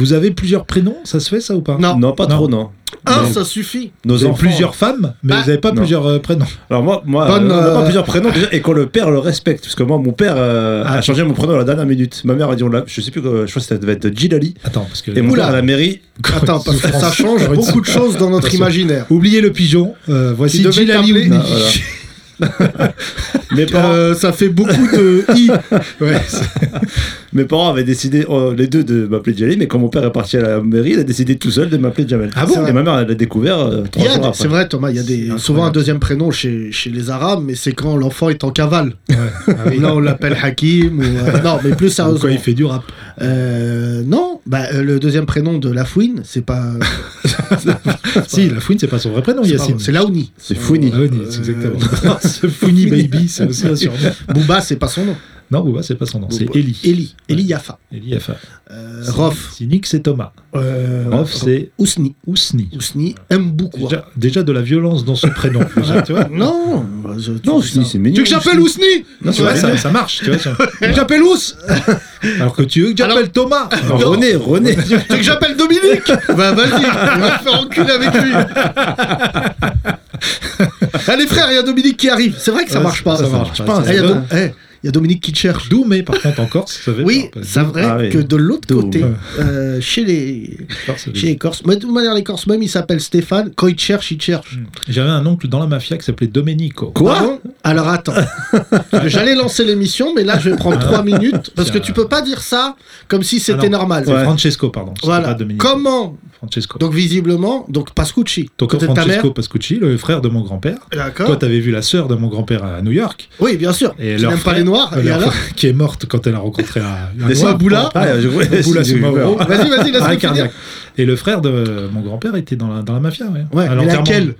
Speaker 4: vous avez plusieurs prénoms Ça se fait ça ou pas
Speaker 3: Non,
Speaker 5: Non, pas
Speaker 4: Non.
Speaker 5: trop, non.
Speaker 3: un
Speaker 5: non.
Speaker 3: Ah, ça suffit
Speaker 5: Nos
Speaker 4: Vous avez
Speaker 5: enfants.
Speaker 4: plusieurs femmes, mais
Speaker 3: Bah,
Speaker 4: vous n'avez pas
Speaker 5: non.
Speaker 4: plusieurs euh, prénoms.
Speaker 5: Alors moi, moi
Speaker 3: Bonne,
Speaker 5: euh, on a
Speaker 3: euh,
Speaker 5: pas plusieurs prénoms déjà, et quand le père le respecte, parce que moi, mon père euh,
Speaker 4: Ah.
Speaker 5: a changé mon prénom à la dernière minute. Ma mère a dit, on l'a, je sais plus, que, je crois que ça devait être Gilali.
Speaker 4: Attends, parce que.
Speaker 5: Et mon
Speaker 3: Oula.
Speaker 5: père à la mairie,
Speaker 3: Attends, parce que ça change
Speaker 4: Souffrance.
Speaker 3: beaucoup de choses dans notre
Speaker 4: Attention.
Speaker 3: imaginaire.
Speaker 4: Oubliez le pigeon. euh,
Speaker 3: Qui
Speaker 4: voici
Speaker 3: devait
Speaker 4: Gilali
Speaker 3: t'appeler-
Speaker 4: Oudini.
Speaker 5: Ah, voilà. mes parents,
Speaker 3: Euh, ça fait beaucoup de i.
Speaker 4: Ouais, c'est-
Speaker 5: mes parents avaient décidé euh, les deux de m'appeler Gilali, mais quand mon père est parti à la mairie, il a décidé tout seul de m'appeler Jamel.
Speaker 4: Ah bon
Speaker 5: Et ma mère elle l'a découvert euh,
Speaker 3: Il
Speaker 5: trois
Speaker 3: y a
Speaker 5: jours
Speaker 3: des-
Speaker 5: après.
Speaker 3: C'est vrai, Thomas, il y a des,
Speaker 4: incroyable.
Speaker 3: souvent un deuxième prénom chez, chez les Arabes, mais c'est quand l'enfant est en cavale.
Speaker 4: Ah oui.
Speaker 3: Là, on l'appelle Hakim. ou, euh, non, mais plus
Speaker 4: Ou quand
Speaker 3: sérieusement.
Speaker 4: il fait du rap.
Speaker 3: Euh, non, bah, euh, le deuxième prénom de Lafouine, c'est pas.
Speaker 4: Si, la fouine, c'est pas son vrai prénom,
Speaker 3: c'est pas-
Speaker 4: Yacine.
Speaker 3: C'est Laouni. Euh,
Speaker 5: C'est Founi.
Speaker 4: Ah oui, c'est exactement. Ce Founi Baby, c'est aussi un surnom.
Speaker 3: Bouba, c'est pas son nom.
Speaker 4: Non, Bouba, c'est pas son nom, c'est
Speaker 3: Bouba.
Speaker 4: Eli.
Speaker 3: Eli. Eli
Speaker 4: Ouais.
Speaker 3: Yafa.
Speaker 4: Eli Yafa.
Speaker 3: Euh, Rof.
Speaker 4: Si Nick, c'est Thomas.
Speaker 3: Euh,
Speaker 4: Rof, c'est
Speaker 3: Ousni.
Speaker 4: Ousni.
Speaker 3: Ousni Mboukwa.
Speaker 4: Déjà, déjà de la violence dans son prénom. déjà, tu vois
Speaker 3: Non, bah, je- tu
Speaker 5: Non,
Speaker 3: fais
Speaker 5: Ousni,
Speaker 3: ça.
Speaker 5: c'est mignon,
Speaker 3: Tu veux que j'appelle Ousni
Speaker 4: Non, tu vois,
Speaker 3: Ouais.
Speaker 4: ça, ça marche. Tu vois, ça- J'appelle Ous Alors que tu veux que j'appelle Thomas
Speaker 5: Alors,
Speaker 4: Non.
Speaker 5: René, René.
Speaker 3: Tu veux que j'appelle Dominique Bah vas-y, on va faire enculer avec lui. Ah, les frères, il y a Dominique qui arrive. C'est vrai que ça
Speaker 4: Ouais,
Speaker 3: marche pas.
Speaker 4: ça marche pas,
Speaker 3: Eh, Il y, a
Speaker 4: c'est
Speaker 3: Do-
Speaker 4: vrai.
Speaker 3: eh, il y a Dominique qui te cherche.
Speaker 4: Doumé, par contre, en Corse, ça fait
Speaker 3: Oui,
Speaker 4: peur, parce que
Speaker 3: c'est vrai
Speaker 5: Ah oui.
Speaker 3: que de l'autre
Speaker 5: Doum.
Speaker 3: côté, euh, chez les
Speaker 4: Corse, c'est
Speaker 3: chez les Corses, mais de toute manière les Corses même, il s'appelle Stéphane. Quand il te cherche, il te cherche.
Speaker 4: J'avais un oncle dans la mafia qui s'appelait Domenico.
Speaker 3: Pardon Alors attends. Parce que J'allais lancer l'émission, mais là je vais prendre trois minutes parce que
Speaker 4: Tiens.
Speaker 3: tu peux pas dire ça comme si
Speaker 4: Ah
Speaker 3: c'était
Speaker 4: non,
Speaker 3: normal.
Speaker 4: c'est Francesco, pardon. c'était
Speaker 3: Voilà.
Speaker 4: pas Domenico.
Speaker 3: Comment
Speaker 4: Francesco.
Speaker 3: Donc visiblement, donc Pascucci,
Speaker 4: Donc,
Speaker 3: côté de ta mère.
Speaker 4: Francesco Pascucci, le frère de mon grand-père. Toi,
Speaker 3: D'accord.
Speaker 4: t'avais vu la sœur de mon grand-père à New York,
Speaker 3: Oui, bien sûr.
Speaker 4: Et
Speaker 3: tu
Speaker 4: leur
Speaker 3: n'aimes pas
Speaker 4: frère-
Speaker 3: les noirs.
Speaker 4: euh,
Speaker 3: Et
Speaker 4: leur
Speaker 3: alors
Speaker 4: frère qui est morte quand elle a rencontré un, un
Speaker 5: Des
Speaker 4: noir.
Speaker 5: Saboula
Speaker 4: Ah,
Speaker 5: Ah, je- ouais,
Speaker 4: Saboula,
Speaker 5: j'ai
Speaker 4: c'est
Speaker 5: eu
Speaker 4: ma-
Speaker 5: peur.
Speaker 4: oh,
Speaker 3: Vas-y, vas-y, laisse-moi
Speaker 4: arrêt
Speaker 3: finir.
Speaker 4: cardiaque. Et le frère de mon grand-père était dans la, dans la mafia, ouais.
Speaker 3: Ouais,
Speaker 4: À
Speaker 3: mais
Speaker 4: l'enterrement.
Speaker 3: laquelle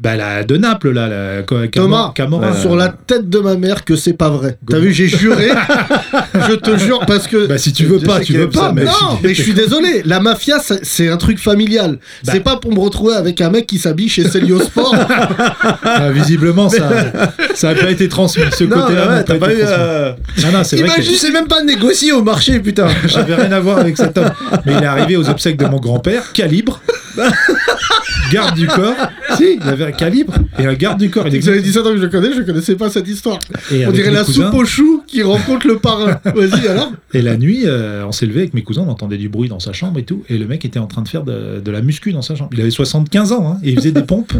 Speaker 4: Bah la de Naples, là, la Ca- Camor-
Speaker 3: Thomas, euh,
Speaker 4: Camorra.
Speaker 3: sur la tête de ma mère que c'est pas vrai. T'as vu, j'ai juré. je te jure parce que.
Speaker 4: Bah si tu veux
Speaker 5: Je
Speaker 4: pas,
Speaker 5: sais
Speaker 4: tu
Speaker 5: qu'il
Speaker 4: veux
Speaker 5: aime ça,
Speaker 4: pas, mais...
Speaker 5: mais-
Speaker 3: non, mais je suis désolé. La mafia, c'est- c'est un truc familial.
Speaker 4: Bah.
Speaker 3: C'est pas pour me retrouver avec un mec qui s'habille chez Célio Sport.
Speaker 4: Ah, visiblement, ça ça a pas été transmis, ce
Speaker 5: Non, mais
Speaker 4: côté-là. n'a
Speaker 5: ah ouais, t'as
Speaker 4: été
Speaker 5: pas eu.
Speaker 4: transmis.
Speaker 5: euh,
Speaker 4: Non, non, c'est vrai que
Speaker 5: Imagine, c'est même pas négocié au marché, putain.
Speaker 4: j'avais rien à voir avec cet homme. Mais il est arrivé aux obsèques de mon grand-père, calibre, garde du corps. Si, il avait un calibre et un garde du corps. Il
Speaker 3: Vous avez
Speaker 4: existe-
Speaker 3: dit ça donc je le connais, je connaissais pas cette histoire.
Speaker 4: et
Speaker 3: On
Speaker 4: avec
Speaker 3: dirait
Speaker 4: mes
Speaker 3: la
Speaker 4: cousins.
Speaker 3: soupe aux choux qui rencontre le parrain. Vas-y alors.
Speaker 4: Et la nuit, euh, on s'est levé avec mes cousins, on entendait du bruit dans sa chambre et tout. Et le mec était en train de faire de, de la muscu dans sa chambre. Il avait 75 ans, hein, et il faisait des pompes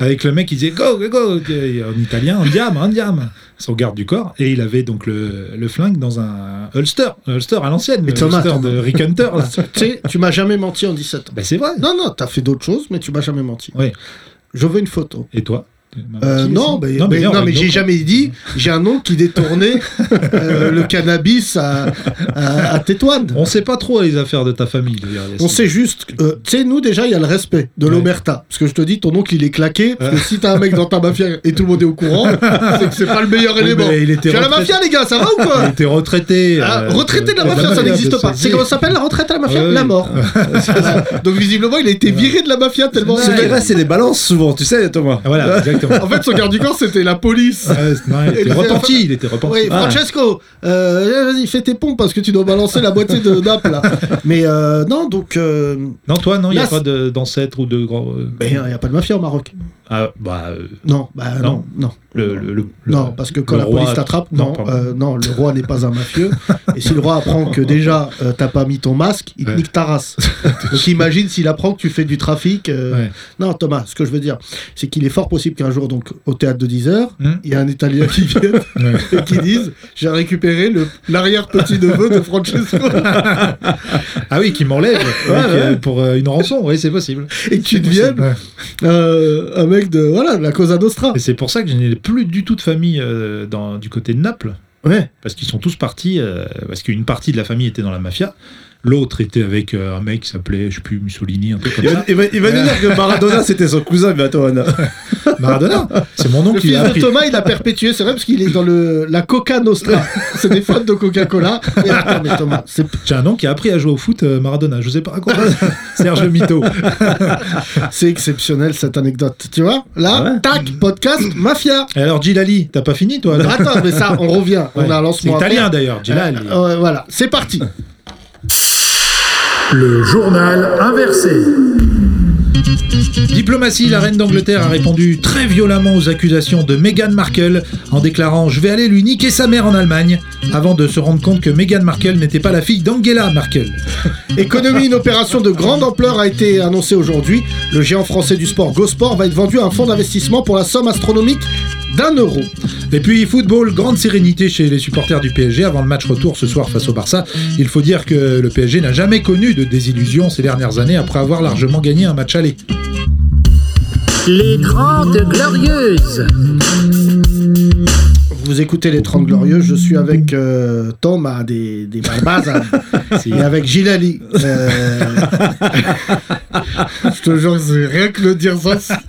Speaker 4: avec le mec qui disait go, go, go, et en italien, andiam, andiam, son garde du corps. Et il avait donc le, le flingue dans un holster, un holster à l'ancienne, le
Speaker 3: Thomas,
Speaker 4: holster de Rick Hunter. là.
Speaker 3: Tu sais, tu m'as jamais menti en 17 ans.
Speaker 4: Ben, c'est vrai.
Speaker 3: Non, non, t'as fait d'autres choses, mais tu m'as jamais menti.
Speaker 4: Oui.
Speaker 3: Je veux une photo.
Speaker 4: Et toi
Speaker 3: Euh,
Speaker 4: Qui,
Speaker 3: non, mais,
Speaker 4: ça
Speaker 3: mais-
Speaker 4: viens, on
Speaker 3: non,
Speaker 4: va
Speaker 3: mais
Speaker 4: te
Speaker 3: j'ai
Speaker 4: montrer.
Speaker 3: jamais dit. J'ai un oncle qui détournait euh, le cannabis à, à, à Tétouane.
Speaker 4: On sait pas trop les affaires de ta famille. d'ailleurs, Yassine.
Speaker 3: On sait juste, que, euh, tu sais, nous déjà, il y a le respect de
Speaker 4: Ouais.
Speaker 3: l'omerta. Parce que je te dis, ton oncle, il est claqué. Parce que si t'as un mec dans ta mafia et tout le monde est au courant, c'est que c'est pas le meilleur
Speaker 4: Oui,
Speaker 3: élément.
Speaker 4: mais il
Speaker 3: Je
Speaker 4: était
Speaker 3: suis à la
Speaker 4: retraité-
Speaker 3: mafia, les gars, ça va ou quoi
Speaker 4: Il était retraité.
Speaker 3: Ah,
Speaker 4: euh,
Speaker 3: retraité de la mafia, ça
Speaker 4: mafia de
Speaker 3: n'existe pas.
Speaker 4: Sophie.
Speaker 3: C'est comment ça s'appelle la retraite à la mafia
Speaker 4: Ouais,
Speaker 3: La
Speaker 4: Ah oui.
Speaker 3: mort. Donc visiblement, il a été viré de la mafia tellement.
Speaker 5: Ce qui reste, c'est les balances souvent, tu sais, Thomas.
Speaker 4: Ah, Voilà, exactement.
Speaker 3: En fait, son garde du corps, c'était la police.
Speaker 4: Ouais, non, il
Speaker 3: Et
Speaker 4: était
Speaker 3: le-
Speaker 4: repenti, il était repenti.
Speaker 3: Oui,
Speaker 5: Ah.
Speaker 3: Francesco, euh, vas-y, fais tes pompes parce que tu dois balancer la moitié de nappe là. Mais euh, non, donc. euh,
Speaker 4: Non, toi, non, il n'y
Speaker 3: Là,
Speaker 4: a pas de- d'ancêtre ou de grand. euh,
Speaker 3: ben, il n'y a pas de mafia au Maroc.
Speaker 4: Ah, bah, euh,
Speaker 3: Non, bah non,
Speaker 4: Non.
Speaker 3: non.
Speaker 4: le, le- le-
Speaker 3: Non,
Speaker 4: le-
Speaker 3: parce que quand
Speaker 4: le
Speaker 3: la
Speaker 4: roi-
Speaker 3: police t'attrape,
Speaker 4: Non,
Speaker 3: non,
Speaker 4: pardon.
Speaker 3: euh, non, le roi n'est pas un mafieux. Et si le roi apprend que déjà euh, t'as pas mis ton masque, il te
Speaker 4: Ouais.
Speaker 3: nique ta race. Donc imagine s'il apprend que tu fais du trafic. euh,
Speaker 4: Ouais.
Speaker 3: Non, Thomas, ce que je veux dire, c'est qu'il est fort possible qu'un jour, donc au théâtre de 10 heures,
Speaker 4: Hmm.
Speaker 3: il y a un Italien qui vienne
Speaker 4: Ouais.
Speaker 3: et qui dise J'ai récupéré le- l'arrière-petit-neveu de Francesco.
Speaker 4: Ah oui, qui m'enlève avec, euh, pour euh, une rançon, oui, c'est possible.
Speaker 3: et que tu
Speaker 4: C'est
Speaker 3: deviennes
Speaker 4: possible.
Speaker 3: euh, un mec de voilà, la Cosa Nostra.
Speaker 4: Et c'est pour ça que je n'ai plus du tout de famille euh, dans, du côté de Naples,
Speaker 3: Ouais.
Speaker 4: parce qu'ils sont tous partis, euh, parce qu'une partie de la famille était dans la mafia, l'autre était avec euh, un mec qui s'appelait, je sais plus, Mussolini, un truc comme
Speaker 5: Il va,
Speaker 4: ça.
Speaker 5: il va- il va nous dire que Maradona c'était son cousin, mais attends, Anna.
Speaker 4: Maradona, c'est mon
Speaker 3: Le
Speaker 4: oncle qui
Speaker 3: fils
Speaker 4: l'a
Speaker 3: de
Speaker 4: appris.
Speaker 3: Thomas, il a perpétué, c'est vrai, parce qu'il est dans le, la Coca Nostra. c'est des fans de Coca-Cola. Et attends, mais Thomas, c'est-
Speaker 4: J'ai un oncle qui a appris à jouer au foot, euh, Maradona. Je sais pas à quoi. Serge Le Mito.
Speaker 3: c'est exceptionnel cette anecdote. Tu vois Là,
Speaker 5: Ah ouais
Speaker 3: tac, podcast, mafia.
Speaker 4: Et alors, Gilali, t'as pas fini, toi là
Speaker 3: Attends, mais ça, on revient. On a un
Speaker 4: C'est
Speaker 3: lancement. à
Speaker 4: italien
Speaker 3: faire.
Speaker 4: d'ailleurs, Gilali.
Speaker 3: Euh, ouais, voilà, c'est parti.
Speaker 1: Le journal inversé.
Speaker 4: Diplomatie, la reine d'Angleterre a répondu très violemment aux accusations de Meghan Markle en déclarant Je vais aller lui niquer sa mère en Allemagne, avant de se rendre compte que Meghan Markle n'était pas la fille d'Angela Markle.
Speaker 3: Économie, une opération de grande ampleur a été annoncée aujourd'hui. Le géant français du sport GoSport va être vendu à un fonds d'investissement pour la somme astronomique d'un euro.
Speaker 4: Et puis football, grande sérénité chez les supporters du PSG avant le match retour ce soir face au Barça. Il faut dire que le PSG n'a jamais connu de désillusion ces dernières années après avoir largement gagné un match aller.
Speaker 1: Les Grandes Glorieuses.
Speaker 3: Vous écoutez les 30 Glorieux, je suis avec euh, Thomas des, des Barbazas et avec Gilali. Euh, je te jure, c'est- rien que le dire ça, ça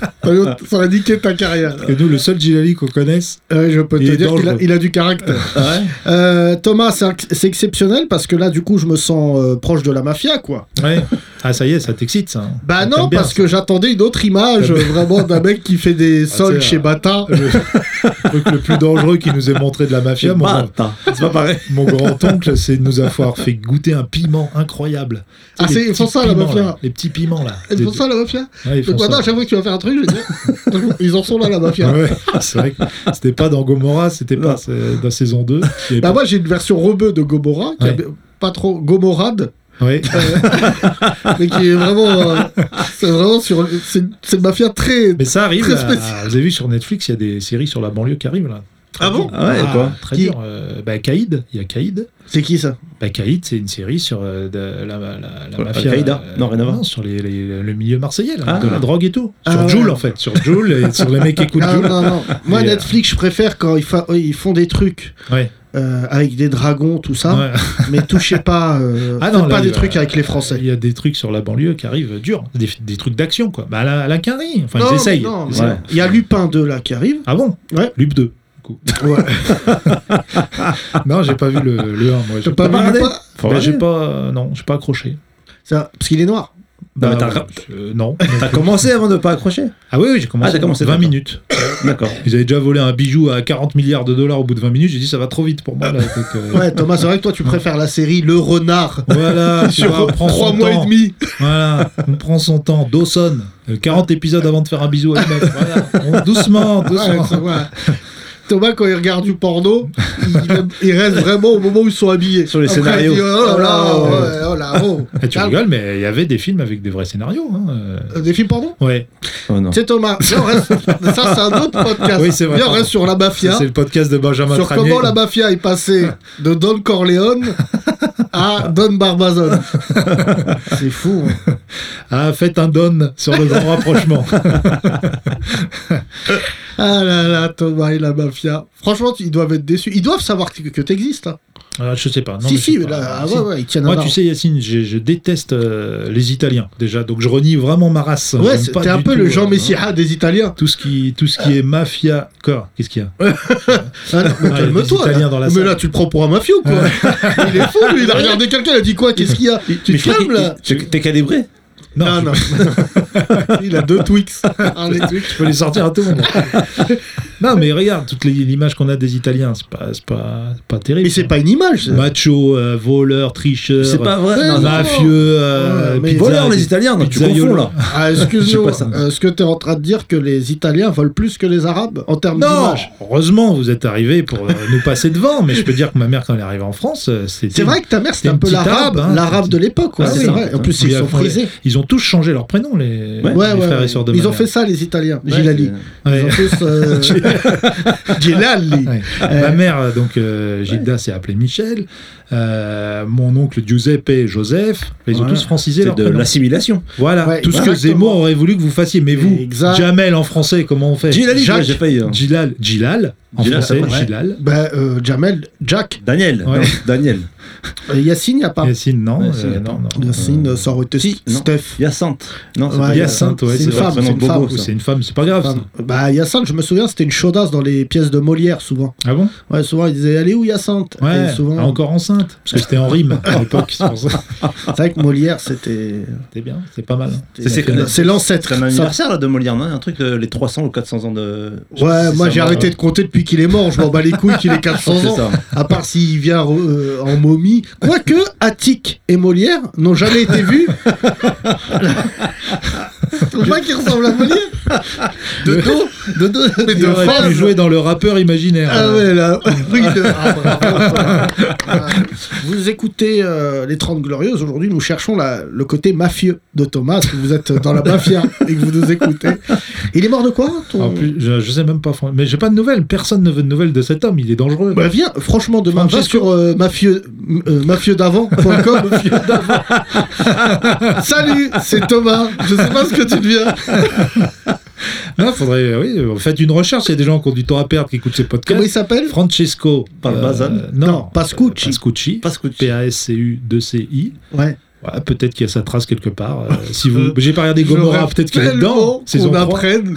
Speaker 3: aurait niqué ta carrière.
Speaker 4: Et nous, le seul Gilali qu'on connaisse.
Speaker 3: Euh, je peux te
Speaker 4: Il est
Speaker 3: dire qu'il a,
Speaker 4: dangereux.
Speaker 3: il a du caractère.
Speaker 4: Ah
Speaker 3: Euh, Thomas, c'est inc- c'est exceptionnel parce que là, du coup, je me sens euh, proche de la mafia, quoi.
Speaker 4: Ouais. Ah, ça y est, ça t'excite ça. hein.
Speaker 3: Bah
Speaker 4: Ça
Speaker 3: non,
Speaker 4: t'aime bien,
Speaker 3: parce
Speaker 4: ça.
Speaker 3: que j'attendais une autre image euh, vraiment d'un mec qui fait des sols
Speaker 4: c'est,
Speaker 3: chez
Speaker 4: euh,
Speaker 3: Bata.
Speaker 4: Le truc le plus dangereux qui nous ait montré de la mafia, mon-
Speaker 5: Bata. C'est pas pareil.
Speaker 4: Mon grand-oncle, c'est de nous avoir fait goûter un piment incroyable.
Speaker 3: Ah,
Speaker 4: Tu sais,
Speaker 3: c'est-
Speaker 4: les
Speaker 3: ils font
Speaker 4: petits
Speaker 3: ça, la
Speaker 4: piments,
Speaker 3: mafia.
Speaker 4: là, Les petits gentiment là.
Speaker 3: C'est pour ça la mafia Bah
Speaker 4: Ouais, ils font
Speaker 3: Donc maintenant, à
Speaker 4: ça. Ah
Speaker 3: chaque fois que tu vas faire un truc, je vais dire ils en sont là, la mafia.
Speaker 4: Ouais, c'est vrai que c'était pas dans Gomorrah, c'était pas c'est dans saison 2. Il y avait
Speaker 3: Bah,
Speaker 4: pas-
Speaker 3: moi, j'ai une version rebeu de Gomorrah, qui
Speaker 4: Ouais.
Speaker 3: est pas trop Gomorade,
Speaker 4: Ouais.
Speaker 3: Euh, mais qui est vraiment. euh, c'est vraiment sur. C'est c'est une mafia très.
Speaker 4: Mais ça arrive.
Speaker 3: Très
Speaker 4: là.
Speaker 3: spécial.
Speaker 4: vous avez vu sur Netflix, il y a des séries sur la banlieue qui arrivent là.
Speaker 3: Ah bon
Speaker 4: dur.
Speaker 5: Ah ouais, et quoi
Speaker 4: Très
Speaker 3: Qui-
Speaker 4: dur. euh, bah, Kaïd, il y a Kaïd.
Speaker 3: C'est qui ça
Speaker 4: Bah, Kaïd, c'est une série sur euh, de- la, la, la- la
Speaker 5: Al
Speaker 4: mafia. euh,
Speaker 5: Qaïda Non, rien à voir.
Speaker 4: sur les, les- le milieu marseillais, là,
Speaker 5: Ah.
Speaker 4: de la drogue et tout. Sur
Speaker 3: Ah ouais.
Speaker 4: Joule, en fait. Sur Joule et sur les mecs qui écoutent
Speaker 3: Ah,
Speaker 4: Joule.
Speaker 3: non, non. Moi,
Speaker 4: Et, euh,
Speaker 3: Netflix, je préfère quand ils, fa- ils font des trucs
Speaker 4: Ouais.
Speaker 3: euh, avec des dragons, tout ça,
Speaker 4: Ouais.
Speaker 3: mais touchez pas. euh,
Speaker 4: Ah
Speaker 3: faites
Speaker 4: non, là,
Speaker 3: pas
Speaker 4: il
Speaker 3: des
Speaker 4: va-
Speaker 3: trucs avec les Français.
Speaker 4: Il y a des trucs sur la banlieue qui arrivent durs. Des, des trucs d'action, quoi. Bah, à la, à la Quinry. Enfin,
Speaker 3: Non,
Speaker 4: ils
Speaker 3: mais
Speaker 4: essayent.
Speaker 3: non,
Speaker 4: Ils
Speaker 3: mais
Speaker 4: essayent.
Speaker 5: Ouais.
Speaker 3: Il y a Lupin 2 là qui arrive.
Speaker 4: Ah bon
Speaker 3: Ouais.
Speaker 4: Lup 2. du coup. non, j'ai pas vu le, le 1, moi. J'ai
Speaker 3: pas vu
Speaker 4: regardé.
Speaker 3: Lupin
Speaker 5: Faut
Speaker 4: Bah,
Speaker 5: regarder.
Speaker 4: j'ai pas, euh, non, j'ai pas accroché.
Speaker 3: Ça- Parce qu'il est noir.
Speaker 5: Non, mais t'as
Speaker 4: Bah ouais,
Speaker 5: ra-
Speaker 4: je- non.
Speaker 5: T'as commencé avant de pas accrocher
Speaker 4: Ah oui, oui, j'ai commencé.
Speaker 5: Ah, t'as commencé,
Speaker 4: 20
Speaker 5: d'accord.
Speaker 4: minutes.
Speaker 5: D'accord.
Speaker 4: Ils avaient déjà volé un bijou à 40 milliards de dollars au bout de 20 minutes. J'ai dit, ça va trop vite pour moi. Là, donc, euh,
Speaker 3: Ouais, Thomas, c'est vrai que toi, tu préfères la série Le Renard.
Speaker 4: Voilà, tu vois, on prend son
Speaker 3: 3 mois
Speaker 4: temps.
Speaker 3: et demi.
Speaker 4: Voilà, on prend son temps. Dawson, euh, 40 épisodes avant de faire un bisou à une meuf. Voilà, on- doucement,
Speaker 3: Ouais,
Speaker 4: doucement.
Speaker 3: ça va. Thomas, quand il regarde du porno, il, il reste vraiment au moment où ils sont habillés.
Speaker 5: Sur les
Speaker 3: Après,
Speaker 5: scénarios.
Speaker 3: il dit, oh là là, ouais, oh là, oh.
Speaker 4: Et Ah
Speaker 5: Ah.
Speaker 4: tu rigoles, mais il y avait des films avec des vrais scénarios. hein, euh.
Speaker 3: Euh, Des films porno
Speaker 4: Ouais,
Speaker 5: Oh non.
Speaker 3: C'est Thomas. Viens, on reste- Ça, c'est un autre podcast.
Speaker 4: Oui, c'est vrai.
Speaker 3: Viens, on reste sur la
Speaker 4: ça,
Speaker 3: mafia.
Speaker 4: c'est le podcast de Benjamin
Speaker 3: Sur
Speaker 4: Tranier.
Speaker 3: comment la mafia est passée de Don Corleone à Don Barbazon. C'est fou. hein.
Speaker 4: Ah, faites un don sur le grand rapprochement.
Speaker 3: Ah là là, Thomas et la mafia. Franchement, tu- ils doivent être déçus. Ils doivent savoir que, que t'existes. hein.
Speaker 4: Ah, je sais pas. Non,
Speaker 3: si,
Speaker 4: mais je
Speaker 3: si,
Speaker 4: sais pas.
Speaker 3: là, ah
Speaker 4: Si.
Speaker 3: ouais, ouais, ils tiennent
Speaker 4: Moi,
Speaker 3: un
Speaker 4: tu
Speaker 3: arbre.
Speaker 4: sais, Yacine, je, je déteste euh, les Italiens déjà, donc je renie vraiment ma race. hein.
Speaker 3: Ouais,
Speaker 4: J'aime
Speaker 3: c'est-
Speaker 4: pas
Speaker 3: t'es un
Speaker 4: du
Speaker 3: peu
Speaker 4: tout,
Speaker 3: le
Speaker 4: euh,
Speaker 3: Jean Messiha des Italiens.
Speaker 4: Tout ce qui, tout ce qui est mafia. Quoi Qu'est-ce qu'il y a
Speaker 3: Ah non, mais
Speaker 4: Ouais,
Speaker 3: calme-toi.
Speaker 4: des Italiens
Speaker 3: là.
Speaker 4: dans la
Speaker 3: Mais
Speaker 4: salle.
Speaker 3: là, tu le prends pour un mafieux, quoi. il est fou, lui. Il a regardé quelqu'un, il a dit quoi Qu'est-ce qu'il y a Tu
Speaker 5: Mais
Speaker 3: te calmes, là
Speaker 5: tu- T'es calibré
Speaker 4: Non,
Speaker 3: Ah
Speaker 4: je
Speaker 3: non. il a deux Twix. Un des Twix.
Speaker 4: peux les sortir à tout moment. non, mais regarde toute les- l'image qu'on a des Italiens, c'est pas, c'est pas, c'est pas terrible. hein.
Speaker 3: Mais c'est pas une image. ça.
Speaker 4: macho, euh, voleur, tricheur,
Speaker 5: C'est pas vrai.
Speaker 3: non,
Speaker 5: non,
Speaker 3: non.
Speaker 4: mafieux, euh,
Speaker 3: Ouais, mais-
Speaker 4: pizza-
Speaker 5: Voleurs les Italiens, non, tu
Speaker 4: Pizzaiolo.
Speaker 5: confonds là.
Speaker 3: Ah,
Speaker 5: Bah, Je
Speaker 3: excuse-moi,
Speaker 5: sais pas ça.
Speaker 3: euh, est-ce que tu es en train de dire que les Italiens volent plus que les Arabes en termes
Speaker 4: Non,
Speaker 3: d'image
Speaker 4: heureusement vous êtes arrivés pour euh, nous passer devant, mais je peux dire que ma mère quand elle est arrivée en France, euh, c'était
Speaker 3: C'est vrai que ta mère, c'était
Speaker 4: T'es
Speaker 3: un
Speaker 4: une
Speaker 3: peu
Speaker 4: petite
Speaker 3: l'arabe,
Speaker 4: arabe, hein.
Speaker 3: l'arabe de l'époque, ouais,
Speaker 5: Ah
Speaker 3: c'est
Speaker 5: oui,
Speaker 3: vrai. En
Speaker 5: putain.
Speaker 3: plus, ils
Speaker 4: Ils
Speaker 3: sont
Speaker 4: ont-
Speaker 3: frisés.
Speaker 4: Ils ont tous changé leur prénom, les,
Speaker 5: Ouais,
Speaker 4: les
Speaker 3: Ouais, ouais,
Speaker 4: frères
Speaker 3: ouais.
Speaker 4: et sœurs de
Speaker 3: Ils
Speaker 4: ma
Speaker 3: ont fait
Speaker 4: mère.
Speaker 3: ça, les Italiens.
Speaker 5: Ouais,
Speaker 3: Gilali. Ils
Speaker 4: Ouais.
Speaker 3: ont tous. euh, Gilali.
Speaker 4: Ouais.
Speaker 3: Euh,
Speaker 4: Ah, Ma mère, donc euh, Gilda, s'est appelée Michel. Euh, mon oncle Giuseppe, Joseph. Ils ont
Speaker 5: Voilà.
Speaker 4: tous francisé
Speaker 5: C'est
Speaker 4: leur
Speaker 5: de
Speaker 4: prénom.
Speaker 5: l'assimilation.
Speaker 4: Voilà,
Speaker 3: Ouais,
Speaker 4: tout ce que
Speaker 3: exactement.
Speaker 4: Zemmour aurait voulu que vous fassiez. Mais vous,
Speaker 3: Exact.
Speaker 4: Jamel en français, comment on fait
Speaker 5: Gilali,
Speaker 4: Jacques,
Speaker 5: ouais, j'ai failli, hein.
Speaker 4: Gilal, Gilal, en
Speaker 5: Gilal,
Speaker 4: français,
Speaker 5: ouais.
Speaker 4: Gilal.
Speaker 3: Ben, euh, Jamel, Jack,
Speaker 5: Daniel.
Speaker 4: Ouais.
Speaker 5: non, Daniel.
Speaker 3: euh, Yacine, il a pas.
Speaker 4: Yacine, non,
Speaker 5: Yacine,
Speaker 4: euh,
Speaker 5: y a
Speaker 4: non, non.
Speaker 3: Yacine, euh, ça aurait été
Speaker 5: Si, non.
Speaker 3: Steph.
Speaker 5: Hyacinthe. Non, c'est
Speaker 3: Ouais,
Speaker 5: pas
Speaker 4: Hyacinthe, ouais,
Speaker 3: c'est une
Speaker 4: c'est
Speaker 3: femme,
Speaker 5: vraiment
Speaker 3: c'est une
Speaker 5: bobo,
Speaker 3: femme.
Speaker 5: ça.
Speaker 4: C'est une femme, c'est pas grave. ça.
Speaker 3: Bah, Yacinthe, je me souviens, c'était une chaudasse dans les pièces de Molière, souvent.
Speaker 4: Ah bon
Speaker 3: Ouais, souvent, ils disaient, allez où Yacinthe
Speaker 4: Ouais,
Speaker 3: Et souvent,
Speaker 4: ah, encore enceinte, parce que c'était en rime à l'époque. c'est pour ça.
Speaker 3: C'est vrai que Molière, c'était.
Speaker 4: C'était bien, c'est pas mal. hein.
Speaker 5: C'est- c'est quand même-
Speaker 3: C'est l'ancêtre.
Speaker 5: C'est un
Speaker 3: Ça-
Speaker 5: anniversaire là, de Molière, non un truc, euh, les 300 ou 400 ans de. Je sais pas si
Speaker 3: Ouais,
Speaker 5: c'est
Speaker 3: moi
Speaker 5: ça,
Speaker 3: j'ai arrêté de compter depuis qu'il est mort. Je m'en bats les couilles qu'il ait
Speaker 5: Je pense
Speaker 3: 400
Speaker 5: que
Speaker 3: ans.
Speaker 5: c'est ça.
Speaker 3: À part s'il vient euh, en momie. Quoique, Attic et Molière n'ont jamais été vus. Tu trouves pas qu'il ressemble à Molière
Speaker 4: De dos
Speaker 3: De deux, mais
Speaker 4: Il
Speaker 3: de
Speaker 4: aurait
Speaker 3: face.
Speaker 4: pu jouer dans le rappeur imaginaire.
Speaker 3: Ah ouais, là. oui, de- ah, bravo. Ah. Vous écoutez euh, Les 30 Glorieuses. Aujourd'hui, nous cherchons la- le côté mafieux de Thomas. Parce que vous êtes dans la mafia et que vous nous écoutez. Il est mort de quoi ton...
Speaker 4: En plus, je, je sais même pas, fran- mais j'ai pas de nouvelles. Personne ne veut de nouvelles de cet homme. Il est dangereux.
Speaker 3: Bah viens, franchement, demain, va
Speaker 4: Francesco.
Speaker 3: sur euh, mafieux, m- euh, mafieux-d'avant.com. Salut, c'est Thomas. Je sais pas ce que tu deviens.
Speaker 4: Là, faudrait, oui, euh, faites une recherche. Il y a des gens qui ont du temps à perdre qui écoutent ces
Speaker 3: Comment il
Speaker 4: podcasts.
Speaker 3: s'appelle
Speaker 4: Francesco euh,
Speaker 5: Barbazan
Speaker 4: non,
Speaker 3: Non, Pascucci.
Speaker 4: euh, Pascucci.
Speaker 5: Parce que tu-
Speaker 4: P-A-S-C-U-2-C-I.
Speaker 3: Ouais.
Speaker 4: Ouais, Ah, peut-être qu'il y a sa trace quelque part. euh, si vous, j'ai pas regardé Gomorrah,
Speaker 3: J'aurais
Speaker 4: peut-être qu'il est
Speaker 3: tellement
Speaker 4: dedans. Saison
Speaker 3: qu'on
Speaker 4: 3.
Speaker 3: apprenne